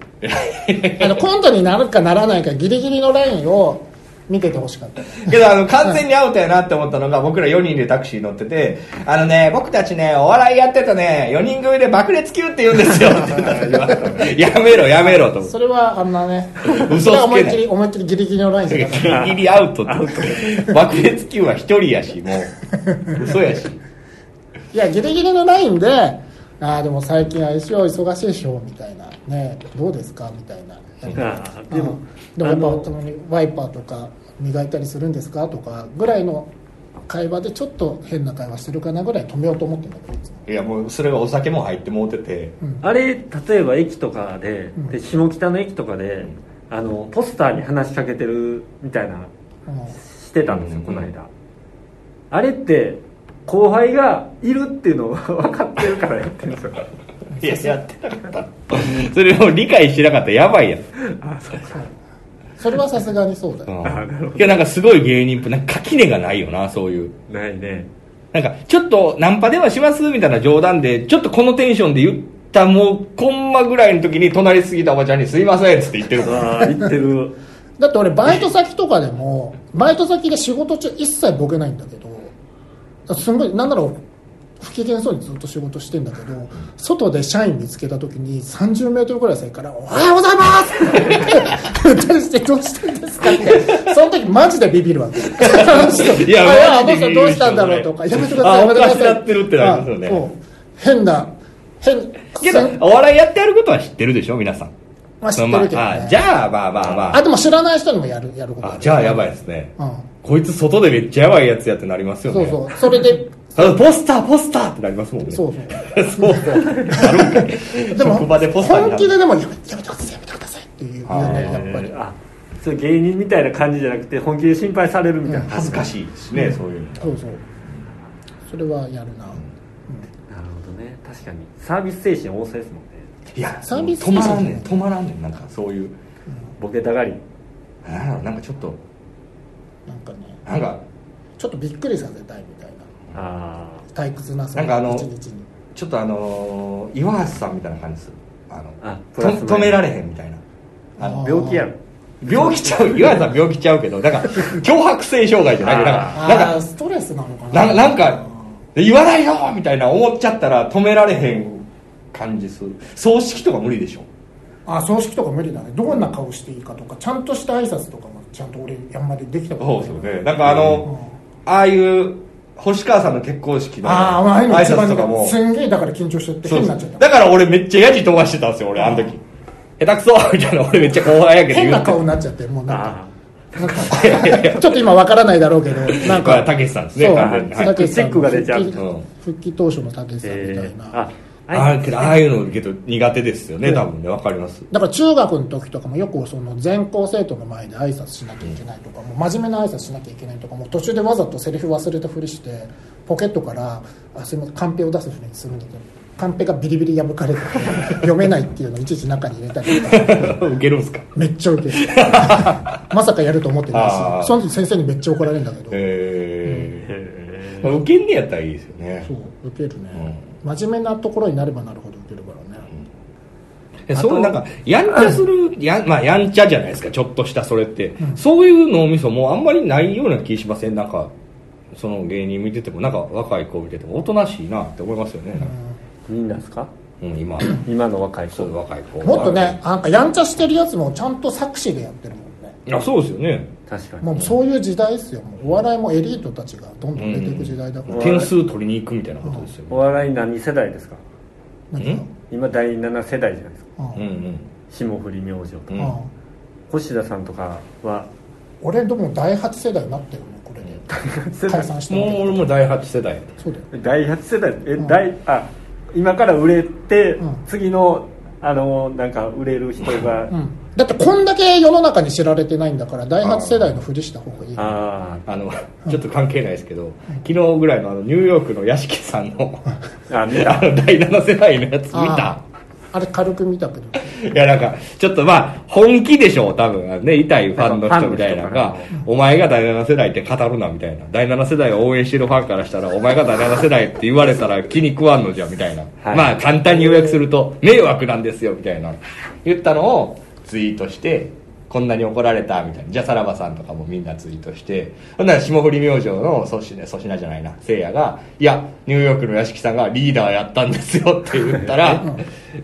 あのコントになるかならないかギリギリのラインを見ててほしかった
けどあの完全にアウトやなって思ったのが僕ら4人でタクシー乗っててあのね僕たちねお笑いやってたね4人組で爆裂級って言うん ですよって言ったら言われたやめろやめろと思って
それはあんなね
嘘つけない
それは思いっきり思いっきりギリギリのライン
ギ
で
リギリアウトって爆裂級は1人やしもう嘘やし
いやギリギリのラインでああでも最近あれしよう忙しいでしょみたいなねどうですかみたいな
あーでも
うんでもやっ
あ
ぱ
の
たまにワイパーとか磨いたりするんですかとかぐらいの会話でちょっと変な会話してるかなぐらい止めようと思ってんだけどいつも
いやもうそれがお酒も入ってもうてて
あれ例えば駅とかで
ん
で下北の駅とかで、あのポスターに話しかけてるみたいな
うん
してたんですよ、
うん
この間あれって後輩がいるっていうのを 分かってるからやってるんですよ
いややってなかったそれを理解してなかったらやばいやん
それはさすがにそうだよ、
いやなんかすごい芸人っぽいなんか垣根がないよなそういう
ないね
なんか、ちょっとナンパではしますみたいな冗談で、ちょっとこのテンションで言ったもう、コンマぐらいの時に隣りすぎたおばちゃんにすいませんっつって言ってるもん
ああ言ってる
だって俺バイト先とかでもバイト先で仕事中一切ボケないんだけどすんごいなんなら不機嫌そうにずっと仕事してんだけど外で社員見つけた時に3 0ルぐらい先から「おはようございます!」って どうしてどうしてんですかってその時マジでビビるわけい
いや
やあ
マ
どう
ジ
し
でビビ
た
る
どうしたんだろうとかやめてください
あ
やめてくださ
お
い
かしなってるってなりますよね
あそう変な変
けど、お笑いやってあることは知ってるでしょ皆さん。
まあ知ってるけど、ね
まああじゃあ、まあまあま
あでも知らない人にもやるやること
あ。
る
あ、じゃあやばいですね。
うん
こいつ外でめっちゃやばいやつやってなりますよ
そ
ね。
うそうそれで
あポスター、ポスターってなりますもんね。
そう
そうそう。あるんかい
でも
職場でポスターに
本
な
気
る
ででもやめやめてくださいやめてくださいっていういまだにやっぱり
あそれ芸人みたいな感じじゃなくて本気で心配されるみたいな
恥ずかしいですね、そういうの
そうそうそれはやるな、
なるほどね確かにサービス精神旺盛ですもんね
いや
サービス
止まらんねん止まらんねんなんかそういう
ボケたがり
なんやろなんかちょっと
なんかね
なんか
ちょっとびっくりさせたいみたい
あ
な退屈なそ
なんかあの
一日に
ちょっとあのー岩橋さんみたいな感じするあの
あプ
と
ラスマイナス
止められへんみたいなあの
あ病気やろ
病気ちゃう岩橋さん病気ちゃうけどなんか脅迫性障害じゃない
あ
なんかなん
あ
か
あストレスなのかな
ななんか言わないよみたいな思っちゃったら止められへん感じする葬式とか無理でしょ
あ葬式とか無理だねどんな顔していいかとかちゃんとした挨拶とかもちゃんと俺あんまりできたこと
そ
な
う
い
ですよねなんかあの、ああいう星川さんの結婚式の
ああまあああいう
挨
の一
拶
番
とかも
すんげえだから緊張しちゃって
そ
変
う
に
そ
なっちゃっ
う
た
だから俺めっちゃヤジ飛ばしてたんですよ俺あの時下手くそみたいな俺めっちゃ後輩やけど
変
言
な
って
顔になっちゃってもうなんか
あ
なんかちょっと今わからないだろう けどなん
これ
か
はたけしさんですね
そう
完全にはい
たけし
チ
さん
ェックが出ちゃう
うん
復帰当初のたけしさんみた
え
い
ー、
な、
あ
あ
あ
あけどああいうのけど苦手ですよね多分ねわかります
だから中学の時とかもよくその全校生徒の前で挨拶しなきゃいけないとか、もう真面目な挨拶しなきゃいけないとかもう途中でわざとセリフ忘れたふりしてポケットからあすみませんカンペを出すふうにするんだけどカンペがビリビリ破かれて読めないっていうのをいちいち中に入れたりとか
受けるんすか
めっちゃウケるまさかやると思ってな
あ
い
ー
しその時先生にめっちゃ怒られるんだけど、
え
え
えまあ受けんねやったらいいですよね
そうウケるね、真面目なところになればなるほどウケるからね、
えそういうなんかやんちゃするやんまあやんちゃじゃないですかちょっとしたそれってそういう脳みそもあんまりないような気しませんなんかその芸人見ててもなんか若い子見ててもおとなしいなって思いますよね
ー、いいんですか
うん今
今の若い子
そう若い子
もっとねなんかやんちゃしてるやつもちゃんと作詞でやってるもんね
いやそうですよね
確かに
もうそういう時代ですよもうお笑いもエリートたちがどんどん出ていく時代だから、
点数取りに行くみたいなことですよ
お笑い何世代ですか
なんか
ん
今第7世代じゃないですか
うん
うんうん
霜降り明星とか、
うん
うん
星田さんとかは
俺でも第8世代になってるもんこれで解散して
もう俺
る
も第8世代
そうだよ
第8世代え、
ん
第あ今から売れて、
うん
次のあのなんか売れる人が、
うん、だってこんだけ世の中に知られてないんだから第8世代のふりした方がいい
あ
あのちょっと関係ないですけど昨日ぐらいのあのニューヨークの屋敷さんの
ーあ
あの
見た
第7世代のやつ見
あ
た
ーあれ軽く見たけど
いやなんかちょっとまあ本気でしょう多分ね痛いファンの人みたいなのが
ファンの
お前が第7世代って語るなみたいな第7世代を応援してるファンからしたらお前が第7世代って言われたら気に食わんのじゃみたいな、
はい
まあ簡単に予約すると迷惑なんですよみたいな言ったのをツイートしてこんなに怒られたみたいなじゃあさらばさんとかもみんなツイートしてほんなら霜降り明星の粗品粗品じゃないなせいやがいやニューヨークの屋敷さんがリーダーやったんですよって言ったら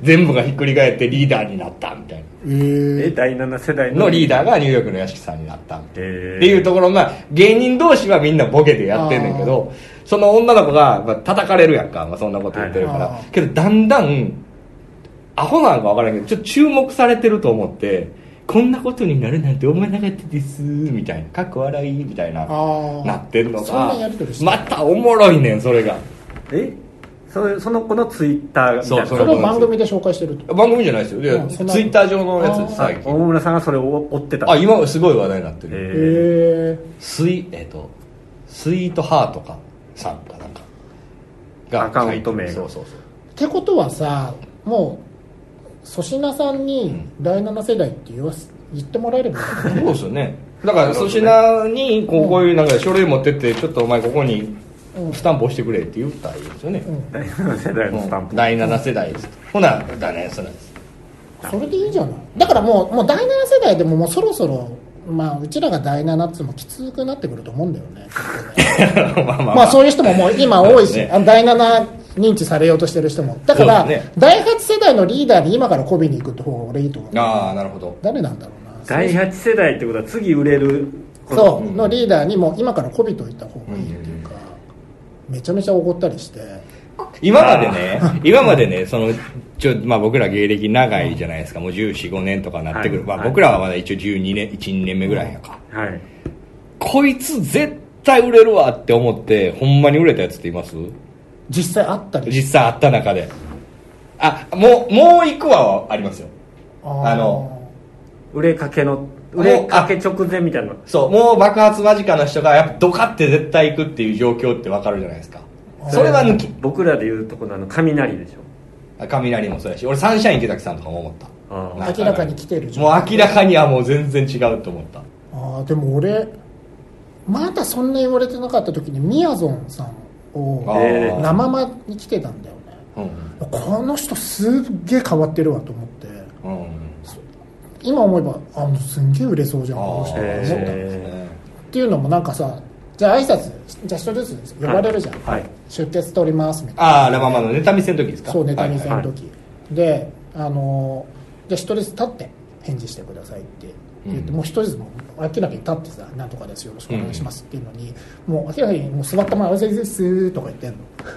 全部がひっくり返ってリーダーになったみたいな。
え
え
ー、
第7世代の
のリーダーがニューヨークの屋敷さんになったって
へー
いうところまあ芸人同士はみんなボケでやってんねんけどその女の子がまあ叩かれるやんか、まあ、そんなこと言ってるから、
はい
けどだんだんアホなのか分からんけどちょっと注目されてると思ってこんなことになるなんて思えなかったですみたいなかっこ笑いみたいな
ああ
なってんの
そん
が
なやりとりして
またおもろいねんそれが
えそその子のツイッターみたいな
そう
それを番組で紹介してると
番組じゃないですよで
うんそんな
ツイッター上のやつ最
大
近
村さんがそれを追ってた
あ今すごい話題になってる、
え
え
ー、
スイえっ、とスイートハートかさんかなんか
アカウント名
そうそうそう
ってことはさもう粗品さんに第7世代って言わす言ってもらえれ ばいいんだ
そうですよねだから粗品にこうこういうなんか書類持ってってちょっとお前ここに
うん
スタンプ押してくれって言ったらいいですよね、
うん
ー第7世代のスタンプ、
第7世代ですほなだねそれ です
それでいいじゃないだからもうもう第7世代でももうそろそろまあうちらが第7っつうのもきつくなってくると思うんだよね
まあまあ、まあ
まあそういう人ももう今多い
そうで
し、
すね
あの第7認知されようとしてる人もだから、
そうですね
第8世代のリーダーに今から媚びに行くって方が俺いいと思う
ああなるほど
誰なんだろうな
第8世代ってことは次売れる子
そうのリーダーにもう今から媚びといた方がいいっていうか、めちゃめちゃ怒ったりして
今まで ね今までねそのちょ、まあ、僕ら芸歴長いじゃないですかもう1415年とかなってくる、
はい
まあ、僕らはまだ一応12年12年目ぐらいやか、
はい
こいつ絶対売れるわって思ってほんまに売れたやつっています
実際あったり
実際あった中であもうもう行くわはありますよ
ー
あの
売れかけの売れかけ直前みたいな
そうもう爆発間近の人がやっぱドカって絶対行くっていう状況ってわかるじゃないですかそれは抜き
僕らで言うとこのあの雷でしょ
あ雷もそうやし俺サンシャイン池崎さんとかも思った
あ
な
あ
ん
明らかに来てる
もう明らかにはもう全然違うと思った
ああでも俺まだそんな言われてなかった時にみやぞんさん
あ
を
え
ー
生間に来てたんだよね
うん
この人すっげえ変わってるわと思って
うん
今思えばあのすんげえ売れそうじゃん
あー
この人
そう
へ
だ
え
っていうのもなんかさじゃあ挨拶じゃあ一人ずつです呼ばれるじゃん、
はい
出血取りますみたいな
ああラママのネタ見せの時ですか
そうネタ見せ
はい
の時、であのーじゃあ一人ずつ立って返事してくださいって言って、
うん
もう一人ずつもう明らかに立ってさ「なんとかですよろしくお願いします」っていうのに、もう明らかにもう座ったまま「先生です」とか言っ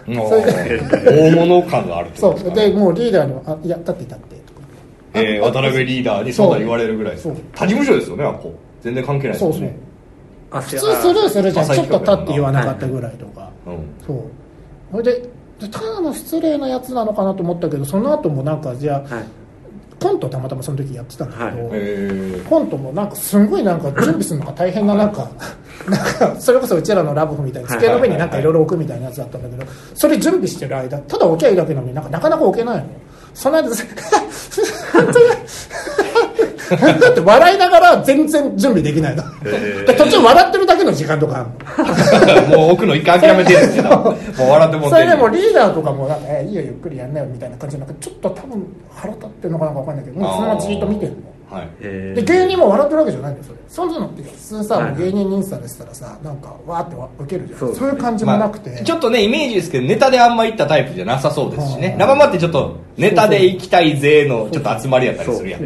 てんの
はい
それ
うん大物感があるって
そ
ことす
う
かね
でもうリーダーにも「あいや立って立って」とか
えー渡辺リーダーにそんなに言われるぐらいです
そう
他事務所ですよねあっこ全然関係ないです
そ
よ
うそう
ね
あ普
普通スルーするじゃんち
朝
ょっ
日企画
と立って言わなかったぐらいとか、
うん
そうそれででただの失礼なやつなのかなと思ったけどその後もなんかじゃあ
はい
コントたまたまその時やってたんだけど、
え
コントもなんかすんごいなんか準備するのが大変ななん かなんかそれこそうちらのラブホみたいに机の上になんかいろいろ置くみたいなやつだったんだけどそれ準備してる間ただ置きゃいいだけなのになんかなかなか置けないのその間 本当にだって笑いながら全然準備できないの、で途中笑ってるだけの時間とかあるの
ー もう奥の一回諦めてるんですけどもう笑ってもう
そ
て
れで
る
もリーダーとかもなんか、えいいよゆっくりやんなよみたいな感じでなんかちょっと多分腹立ってるのかなんかわかんないけどもうそのままじーっと見てるの
はい
え
で芸人も笑ってるわけじゃないんだよそれそんなのって普通さ、
はい
もう芸人認されてたらさなんかわーってわ受けるじゃん
そ
そうう,、
ですね
いう感じもなくて、
まあちょっとねイメージですけどネタであんまいったタイプじゃなさそうですしね
はあ
ラママってちょっとネタで行きたい勢のちょっと集まりやったりするやん、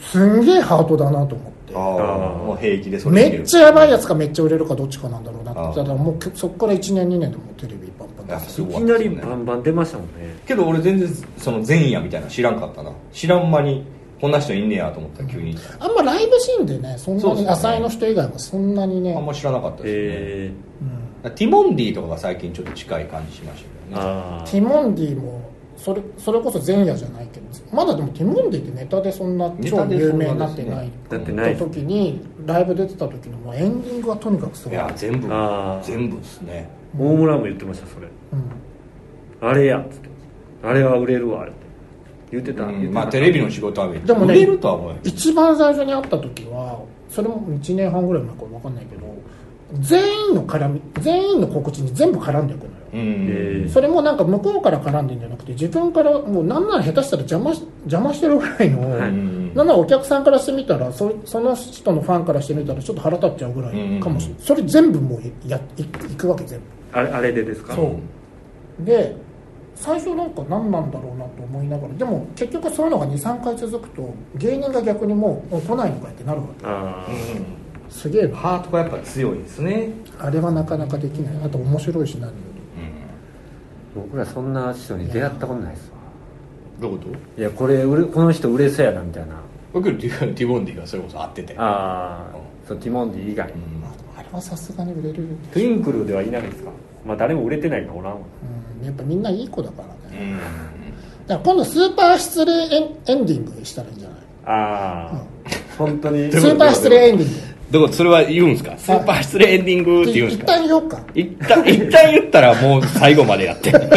すんげえハートだなと思って
ああもう平気でそれ
めっちゃやばいやつかめっちゃ売れるかどっちかなんだろうなって言ったらもうそこから1年2年でもうテレビパンパン
や
出す
す
い
ご
き
い
なりバンバン出ましたもんね
けど俺全然その前夜みたいなの知らんかったな知らん間にこんな人いんねやと思ったら急に
あんまライブシーンでねそん
そう
な
です
に
ね
浅井の人以外はそんなにね
あんま知らなかったですね、
え
うん
ティモンディとかが最近ちょっと近い感じしましたけ
え
どね
あ
ティモンディもそれそれこそ前夜じゃないけどまだでもティモンディってネタでそんな超有名になってない
だって
だ
ない
った時にライブ出てた時のもうエンディングはとにかくす
い
ごい、
や全部
あー
全部ですね
大村も言ってましたそれ
うん
あれやっつってあれは売れるわって言ってた、
うん
言ってた
まあテレビの仕事はめっち
で
ゃ
も
売
ね
れるとは思うよ
一番最初に会った時はそれも1年半ぐらい前か分かんないけど全員の絡み全員の告知に全部絡んでいくのよ
うん、
え
それもなんか向こうから絡んでんじゃなくて自分からもうなんなら下手したら邪魔し邪魔してるぐらいの、
は
う
い
ん
なんならお客さんからしてみたらそその人のファンからしてみたらちょっと腹立っちゃうぐらいかもしれない、それ全部もうやいいくわけ全
あれあれでですか
そう部で最初なんか何なんだろうなと思いながらでも結局そういうのが23回続くと芸人が逆にもうもう来ないのかってなるわけ
ああ
すげえな
ハートがやっぱ強いですね、
あれはなかなかできないあと面白いし何よ
僕らそんな人に出会ったことないですわ
どういうこ
いやこれ売れこの人売れそうやなみたいな
と僕ティティボンディがそれこそ合ってて
ああそうティモンディ以外、
うん
り、ああれはさすがに売れる、
トゥインクルではいないですかまあ誰も売れてないからおらんわ
うん、やっぱみんないい子だからね
うん
だから今度スーパー失礼エンエンディングしたらいいんじゃない
ああ、本当に
でも
スーパー失礼エンディング
だからそれは言うんですかスーパー失礼エンディングって言うんです
一
か
旦言おうか
一旦一旦言ったらもう最後までやっていやもう
スー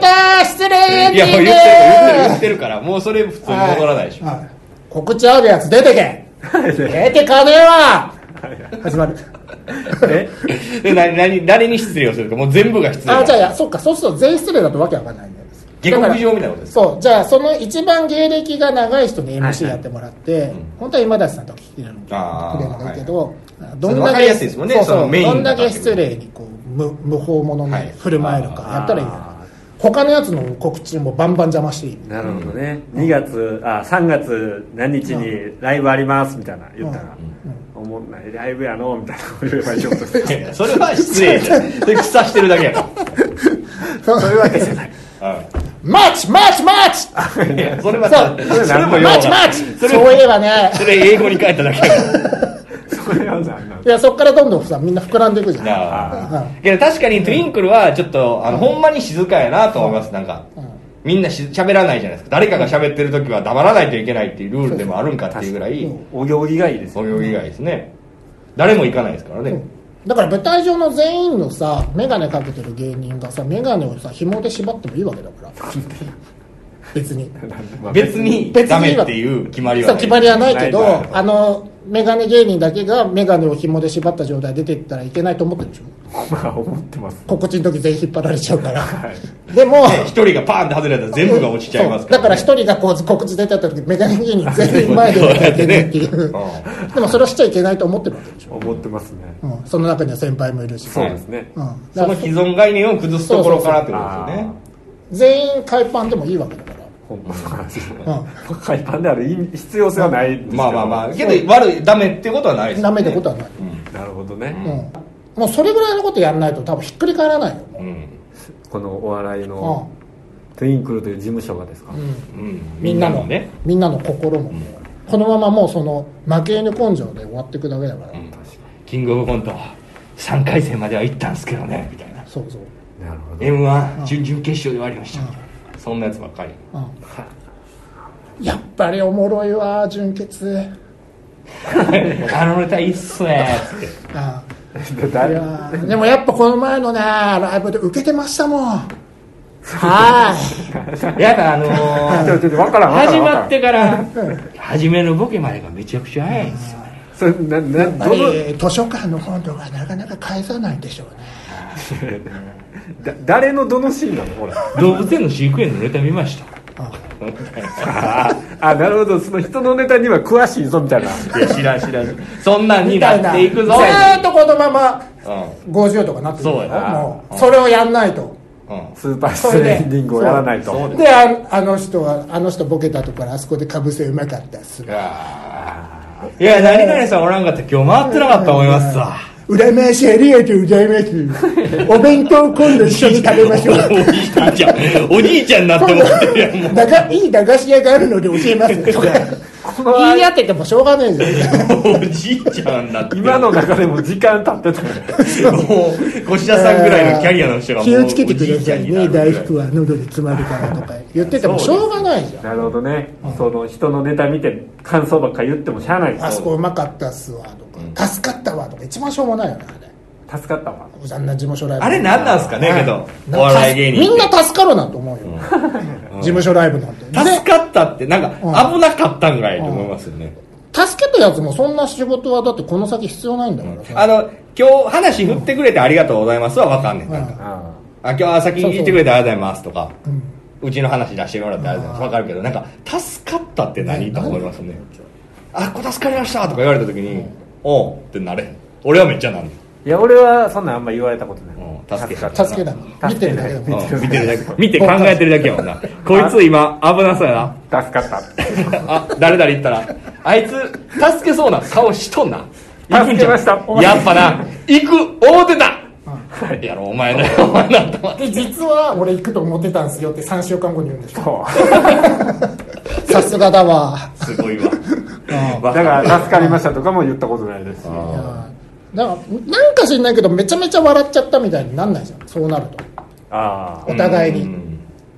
パー失礼エン
言
デ
って
ィン
る
グ
言ってる言ってるからもうそれ普通に戻らないでしょ、
はいはい告知あるやつ出 てけ出てかねえわ始まる
え
で何 何誰に失礼をするかもう全部が失礼
あじゃあいやそっかそうすると全員失礼だとわけわかんないんだよ
下
だから
克上みたいなことですか
そうじゃあその一番芸歴が長い人に
はいは
MC
い
やってもらって、本当は今田さんとか聞き入れるの
あー
くれるのがいいけど、ど
それ分かりやすいですもんね
そうそう
そのメインが
どんだけ失礼にこう無無法者に
はい
振る舞えるか
あー
やったらいいよ、他のやつの告知もバンバン邪魔していい
なるほどね、2月あ3月何日にライブありますみたいな言ったら、おもんないライブやのみたいなこと言えばいいって ことです
いやそれは失礼じゃんで腐してるだけやか
そういうわけじゃない
ら、はい
マッチマッチマッチ
いやそれは
そう
それも
う
よ
ん
う
マ
な
ッチマッチ
それ
そういえばね
それ英語に変えただけやか ら
それはなんなん
いやそっからどんどんさみんな膨らんでいくじゃん
なあけど確かにトゥインクルはちょっとあのほんまに静かやなと思いますなんか
うん
みんなし喋らないじゃないですか誰かが喋ってる時は黙らないといけないっていうルールでもあるんかっていうぐらい
うん
お行儀がいい です
お
よ
行儀がいいですね誰も行かないですからね、
だから舞台上の全員のさ眼鏡かけてる芸人がさ眼鏡をさ紐で縛ってもいいわけだ から別に
まあ
別に
別に
ダメっていう決まりは
さ
ない
決まりはないけど
ない
あの眼鏡芸人だけが眼鏡を紐で縛った状態で出てったらいけないと思ってるでしょ
まあ思ってます
心地の時全員引っ張られちゃうから、でも
一人がパーンって外れたら全部が落ちちゃいますから、
そうだから一人がこう告知出てた時メガネ芸人全員前でやらなきゃいけないっていう でもそれはしちゃいけないと思ってるわけでしょ、
思ってますね
うん、その中には先輩もいるし
そうですね
うん、だ
そ
か
の
ら
既存概念を崩すところからってこと
あ
ですよね
全員海パンでもいいわけだから
ー本当の話
うん
海パンである意味必要性はないんですけど
まあまあまあけど悪いダメってことはないですよ
ダ
ね
メってことはない、
なるほどね、
うんもうそれぐらいのことやんないと多分ひっくり返らないよも
うん
このお笑いの
う
トゥインクルという事務所がですか、
う、うん、
うん
みんなの
ね
みんなの心も、このままもうその負け犬根性で終わっていくだけだから、
んキングオブコント3回戦までは行ったんですけどねみたいな
そうそう、
なるほど
m 1準々決勝で終わりましたみたいなそんなやつばっかり
うん、やっぱりおもろいわ純潔
「あのネタいいっすね」っつって
あい
誰
やーでもやっぱこの前のねライブで受けてましたもんはい
やだあのー
ちょちょちょわからんわからん
始
わからん
まってから初めのボケまでがめちゃくちゃ早いんですよね
それなな
あ
どの
れ図書館の本とかなかなか返さないでしょうね
だ誰のどのシーンなのほら
動物園の飼育員のネタ見ました
あなるほどその人のネタには詳しいぞみたいない
や知らん知らんそんなんに
みた
ない
な
っていくぞ
ずーっとこのまま
う
50とかなってる
そうやな
もう
うん
それをやんないと
んうん
スーパースレンディングをやらないと
そう
でああの人はあの人ボケたところあそこでかぶせうまかったっす
いやーいや何々さんおらんかったら今日回ってなかったと思いますさ
裏回しありがとうございます お弁当今度一緒に食べましょう
おじいちゃんおじいちゃんになってもらってるやんもう
だがいい駄菓子屋があるので教えます とか言い当ててもしょうがねえじゃん
おじいちゃんになってる
今の中でも時間経ってたよね
もう越田さんぐらいのキャリアの人がもう
気をつけてくださいね大
福
福は喉で詰まるからとか言っててもしょうがないじゃん
なるほどね、その人のネタ見て感想ばっか言ってもしゃあないで
あ
す
そこうまかったっすわとか助かったわとか一番しょうもないよなあれ
助かったわ
あんな事務所ライブ
あれ何なんすかねけどお
なんか
笑い芸人って
みんな助かるなと思うよ、 事務所ライブなんてで
助かったってなんか
うん
危なかったんかいと思いますよね
助けたやつもそんな仕事はだってこの先必要ないんだからさ
あの今日話振ってくれてありがとうございますはわかんねんなんか
あ
あ今日は先に聞いてくれてありがとうございますとかうちの話出してもらってありがとうございますわかるけどなんか助かったって何と思いますねあっこ助かりましたとか言われた時におうってなれへん俺はめっちゃなん
いや俺はそんなんあんま言われたことない、
うん助けた
助けたの見てるだけだもん
うん見てるだけ 見て考えてるだけやも んなこいつ今危なそうやな
助かった
あ誰々言ったらあいつ助けそうな顔しとんな行くんじゃん
助けました
やっぱな行く思うてたやろお前だよお前だと
で実は俺行くと思ってたんすよって3週間後に言うんでしょ
そ
さすがだわ
すごいわ
うだから助かりましたとかも言ったことないですし
いやだからなんか知んないけどめちゃめちゃ笑っちゃったみたいになんないじゃんそうなると
ああ
お互いに、
うん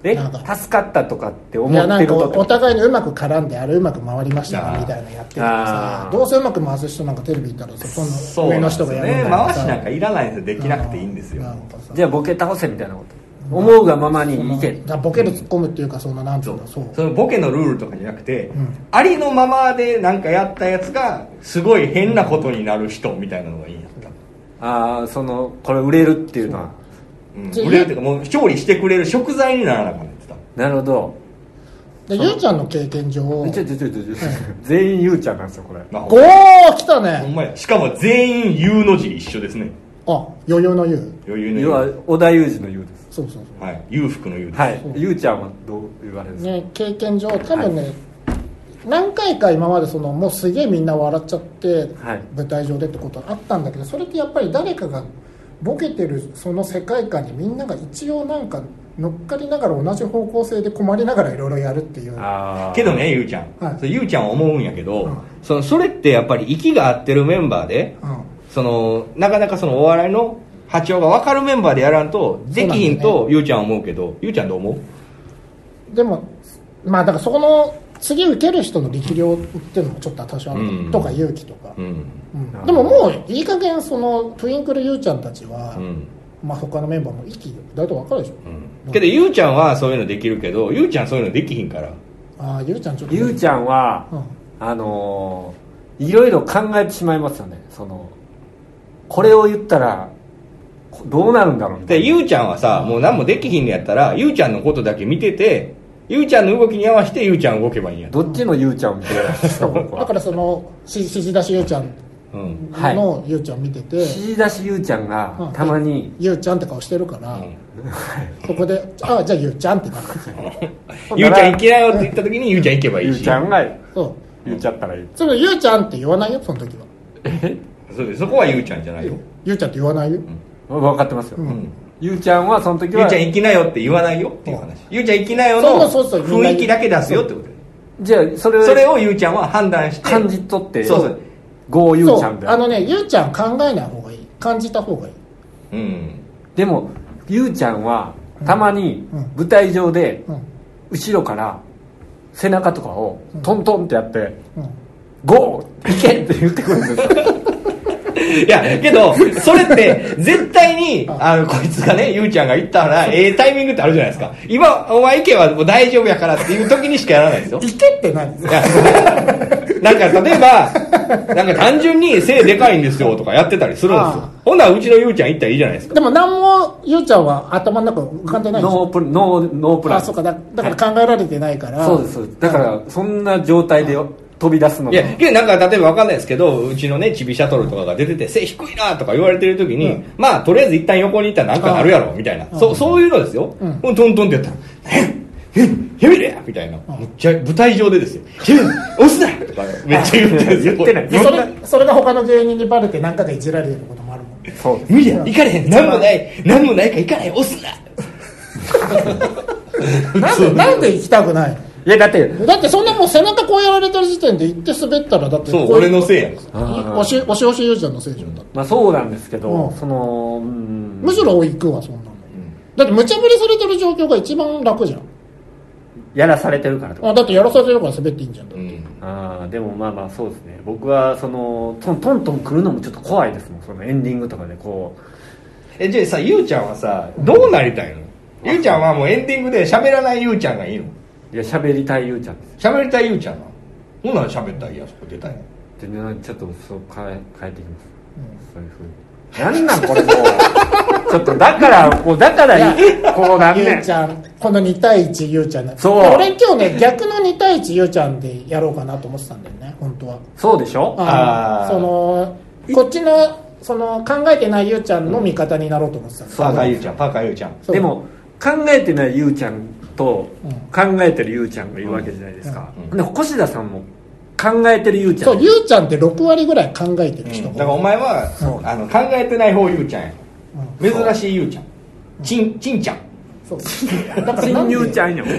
え
なんか
助かったとかって
い
思
や
っ
な
て
ん
る
か
こと
おお互いにうまく絡んであれうまく回りました
あ
ね
ー
みたいなやってるからさ
あー
どうせうまく回す人なんかテレビ行ったらそこ
そ
の
う
上
なん
の
です
人
よ
がやる
ね
んだ
回し
ら
なんか
さ
いらないんですよできなくていいんですよ
なんかさ
じゃあボケ倒せみたいなこと思うがままにいけ
だからボケる突っ込むっていうかそんななんつうのそう
そのボケのルールとかじゃなくて、ありのままでなんかやったやつがすごい変なことになる人みたいなのがいいんやった、
ああそのこれ売れるっていうのは
うん、
じゃあ
売れるっていうかもう調理してくれる食材にならなくなってた
なるほど
でゆうちゃんの経験上
えちょちょちょちょちょ全員ゆうちゃんなんですよこれ
まあ
おー来た
ほん
ね
まやしかも全員 U の字一緒ですね
あ余裕のゆう
余裕の U
要は織田裕二の「ゆう」です
そうそう
はい、裕福の U です、
はいゆうちゃんはどう言われるん
そう
ですか
ね経験上多分ね、何回か今までそのもうすげえみんな笑っちゃって、
はい
舞台上でってことあったんだけどそれってやっぱり誰かがボケてるその世界観にみんなが一応なんか乗っかりながら同じ方向性で困りながらいろいろやるっていう
ああ
けどねゆうちゃん、
はい
それゆうちゃんは思うんやけど、
うん
そのそれってやっぱり息が合ってるメンバーで
うん
そのなかなかそのお笑いの波長が分かるメンバーでやらんとできひん
そうなんだよ
とゆうちゃんは思うけどゆうちゃんどう思う
でもまあだからそこの次受ける人の力量っていうのもちょっと多少あると、
うん
とか勇気とか、
うん
うんでももういい加減そのトゥインクルゆうちゃんたちは、
うん
まあ他のメンバーも息だいたい分かるでしょ、
うんけどゆうちゃんはそういうのできるけどゆうちゃんそういうのできひんから
ああゆうちゃんちょっと
ゆうちゃんは、
うん
あのーいろいろ考えてしまいますよねそのこれを言ったらこどうなるんだろうみたい
で
な
ゆうちゃんはさもう何もできひんのやったらゆうちゃんのことだけ見ててゆうちゃんの動きに合わせてゆうちゃん動けばいいんや
どっちのゆうちゃんを見てるんですか僕
だ か
は
らそのし指示出しゆうちゃん
うん
のゆうちゃん見てて、
指示出しゆうちゃん
うん
がたまに
ゆうちゃんって顔してるから、そこで「ああじゃあゆうちゃん」ってなって
ゆうちゃん行けやよって言った時にゆうちゃん行けばい
ゆ
いうし
ちゃんが
そう
言っちゃったらいい
それゆうちゃんって言わないよその時は
そうですそこはゆうちゃんじゃないよ、
ゆうちゃんって言わないよ、
分かってますよ、
うん
うん
ゆうちゃんはその時
ゆう
は
ちゃん行きなよって言わないよっていう話ゆうちゃん行きなよ
そう
の
そうそうみんな
雰囲気だけ出すよってこと
じゃあそれ
それ
を
をゆうちゃんは判断して
感じ取って
そうそう
ゴーゆう
そ
ちゃん
う
で
あのねゆうちゃん考えない方がいい感じた方がいい
うん
でもゆうちゃんはたまに
うん
舞台上で
うん
後ろから背中とかをトントンってやって
うん
「ゴーいけ!」って言ってくるんですよ
いや、けど、それって、絶対に、あの、こいつがね、ゆうちゃんが言ったら、ええタイミングってあるじゃないですか。今、お前意見はもう大丈夫やからっていう時にしかやらないですよ。
いけってない
いやなんか、例えば、なんか単純に背でかいんですよとかやってたりするんですよ
あ。
ほんならうちのゆうちゃん行ったらいいじゃないですか。
でも何もゆうちゃんは頭の中浮かんでないでし ょ
ノープノーノープラン
あそうかだだから考えられてないから、
そうですそうですだからそんな状態で飛び出すの
い
が
や、けどなんか例えばわかんないですけど、うちのね、チビシャトルとかが出てて、背低いなとか言われてる時に、
うん
まあ、とりあえず一旦横に行ったらなんかなるやろ、みたいな。そう、そういうのですよ。
うん
もうトントンってやったら、えっえっやめれやみたいな。むっちゃ、舞台上で ですよ。やめろ押すなとか、めっち ゃ言ってるんですよ。
言ってない
でそれそれが他の芸人にバレて何かでいじられてることもあるも ん
そうです
無理や、行かれへん。なんもない、なんもないから行かれへん、押すな
なんでなんで行きたくないの
いやだって
だってそんなもう背中こうやられてる時点で行って滑ったらだって
そう、
こい
俺のせいやん。
おしおしおしゆうちゃんのせいじゃんだって
まあそうなんですけ
う
ど
ん
そのうん
むしろ行くわそんなの、だって無茶ぶりされてる状況が一番楽じゃん
やらされてるからとか
あだってやらされてるから滑っていいんじゃんだ
う
って、
ん。
ああでもまあまあそうですね僕はそのトントントン来るのもちょっと怖いですもんそのエンディングとかでこ
え、じゃあさ、ゆうちゃんはさ、どうなりたいのゆうちゃんはもうエンディングで喋らないゆうちゃんがいいの
ういや喋りたいゆうちゃんです
喋りたいゆうちゃんなのほんなら喋ったらいいやんそこ出たいの
全然ちょっとそう変え変えていきますそ
うん
ういうふうになんなんこれも うちょっとだからこうだからこうなんね
ゆうんちゃんこの2対1ゆうちゃんね
そう
俺今日ね逆の2対1ゆうちゃんでやろうかなと思ってたんだよね本当は
そうでしょ
あー
そのこっちのその考えてないゆうちゃんの味方になろうと思ってたんだよ
パーカーゆうちゃんパーカーゆうちゃん
そう
でも考えてないゆうちゃんと
うん
考えてるゆうちゃんがいるわけじゃないですか、
うんうん
で越田さんも考えてるゆうちゃ
そ
ん
うゆうちゃんって6割ぐらい考えてる人
だからお前は
そう
あの考えてない方ゆうちゃんや
う
珍しいゆうちゃんちんちんちゃん
そうだからな
新
んで
ゆうちゃんやもんい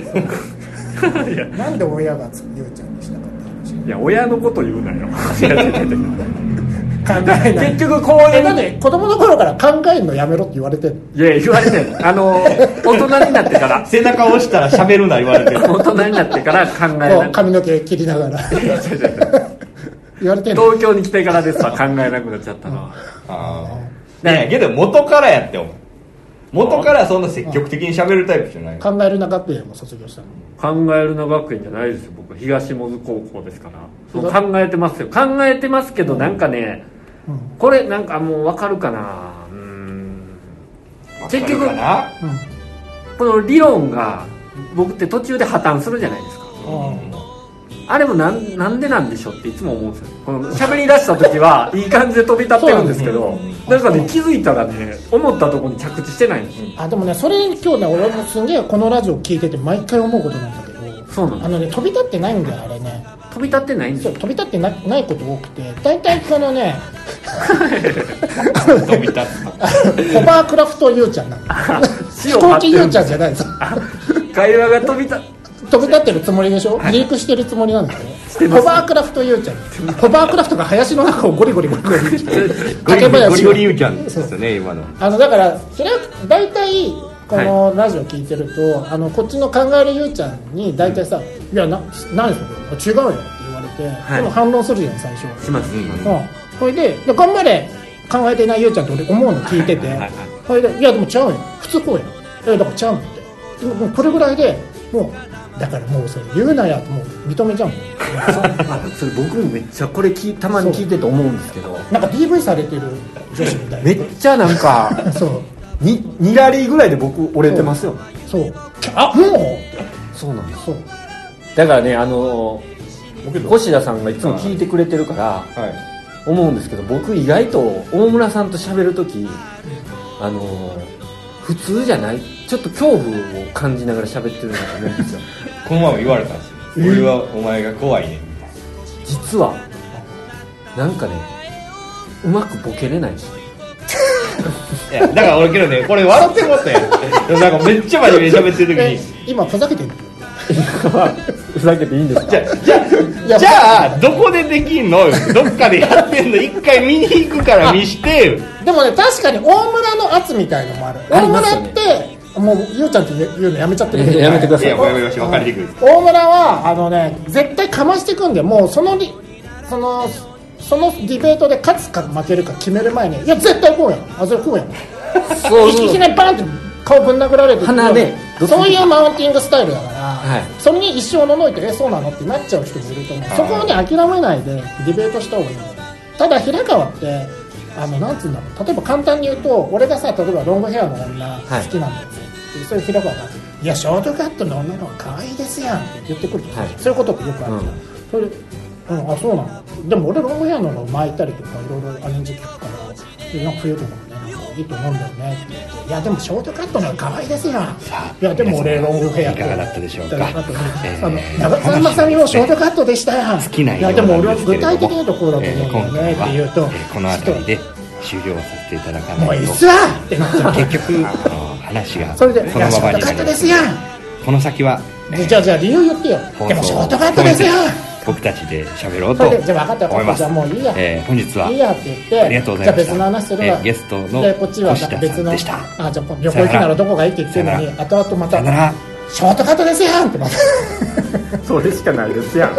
や
なんで親がゆうちゃんにしたかった話
いや親のこと言う なよ
考えない
結局公
え
園
なんで子供の頃から考えるのやめろって言われてんの
いや言われてるあの大人になってから
背中押したら喋るな言われてる
大人になってから考え
こ
な
う
く
髪の毛切りながら 言われてんの
東京に来てからですわ考えなくなっちゃったのは
ああいやけど元からやってお前元からそんな積極的に喋るタイプじゃないよ
考えるな学園も卒業したの
考えるな学園じゃないですよ僕東門津高校ですからそう考えてますよ考えてますけどなんかね、
うん
これなんかもう分かるかなうーん結局
わかるかな
う
この理論が僕って途中で破綻するじゃないですか
ん
あれもなんなんでなんでしょうっていつも思うんですよこの喋り出した時はいい感じで飛び立ってるんですけ
そうな
ど
んです
なんかね気づいたらね思ったとこに着地してないんですよ
あでもねそれ今日ね俺もすげえこのラジオ聞いてて毎回思うことなんだけど
そうなの
あのね飛び立ってないんだよあれね
飛び立ってないんです
そう
よ
飛び立ってなないこと多くて大体このね
飛び 立つ
ホバークラフトゆうちゃんなんだ飛
塩張
行
って
機ゆ
る
うんち
で
ゃん
す
じゃない です
会話が飛び立
飛び立ってるつもりでしょリークしてるつもりなんです
て
よ
ます
ホバークラフトゆうちゃんホバークラフトが林の中をゴリゴリゴリゴリ
ゴリゴリゴリゆうちゃんですよね今の
あのだからそれは大体このラジオ聞いてると、あのこっちの考えるゆうちゃんに大体さ「いやな何それ違うよ」って言われて、
はい
でも反論するじゃん最初
します、
うん
します
うん、それでで頑張れ考えてないゆうちゃんって俺思うの聞いてて
はい
それでいやでもちゃうよ普通こうやんえだからちゃうのってもうもうこれぐらいでもうだからもうそれ言うなやともう認めちゃうもん
あそれ僕もめっちゃこれ聞いたまに聞いてて思うんですけど
なんか DV されてる女子みたい
めっちゃなんか
なそう
に2ラリーぐらいで僕折れてますよ
そうあもう
そうなんです
そう
だからねあの
僕けど
越田さんがいつも聞いてくれてるから
はい
思うんですけど僕意外と大村さんと喋る時あの普通じゃないちょっと恐怖を感じながら喋ってるなと思うんです よ
このまま言われたんですよ俺はお前が怖いね
実はなんかねうまくボケれ ないし
いやだから俺けどねこれ笑ってもったやんでもなんかめっちゃ真面目に喋ってる
え
時に
今ふざけてる
ふざけていいんですか
じゃあじゃ
いや
あじゃあどこでできんのどっかでやってんの一回見に行くから見して
でもね確かに大村の圧みたいのもある
あ
大
ります
村
よ
っ
ね
てもうゆうちゃんって言う言うのやめちゃってるけど
いややめてくだ
い
さ
やもうやめましょう分かりにくいです
大村はあのね絶対かましていくんでもうそのりそのそのディベートで勝つか負けるか決める前にいや絶対こうやんあそれこうやん
そ
いきいきなりバンって顔ぶん殴られて
鼻で
そういうマウンティングスタイルだから、
はい
それに一生ののいてえそうなのってなっちゃう人もいると思う
あー
そこをね諦めないでディベートした方がいいんだよただ平川ってあのなんつうんだろう例えば簡単に言うと俺がさ例えばロングヘアの女
はい
好きなんだよ、ってそういう平川が「いやショートカットの女の子可愛いですやん」って言ってくると、
はい
そういうことってよくあるじゃん
うん
それで、うん、あそうなのでも俺ロングヘアのの巻いたりとかいろいろアレンジ聞くからでなんか冬とかもねなんかいいと思うんだよねって言っていやでもショートカットの方が可愛いですよいやでも俺ロングヘア
いかがだったでしょうか
だとね
えー
あの長澤まさみもショートカットでしたやん
好きなよう
いや
なん
で
ですけれど
も
も
俺は具体的なところだと
え
思
ー
うん
今
だよ
回
ねって
は、
言うと、
えーこの辺りで終了させていただか
もう
ないい
い
と
っすわってなっちゃう
結局あの話が
そ
そ
れで「い
の
やシ
まま
ョー
に
トカ
な
ット
り
で
ますす
やん」
この先は
でじゃあじゃあ理由言ってよ
放
で
送
も
を
ショートカットですやん
僕たちで喋ろう
そ
と
れでじゃあ分かった
思
分
い
かっ
ま
た
す
じゃあもういいや
えー本日はい
いやって言って
ありがとうございました
じゃあ別の話するわ
えーゲストの
でこっちは
越田さん
別の
でした
あじゃあ旅行行くならどこがいいって言ってるのに
さよ
後々ま
さ
た
よなら
ショートカットですやんってまた
それしかないですやん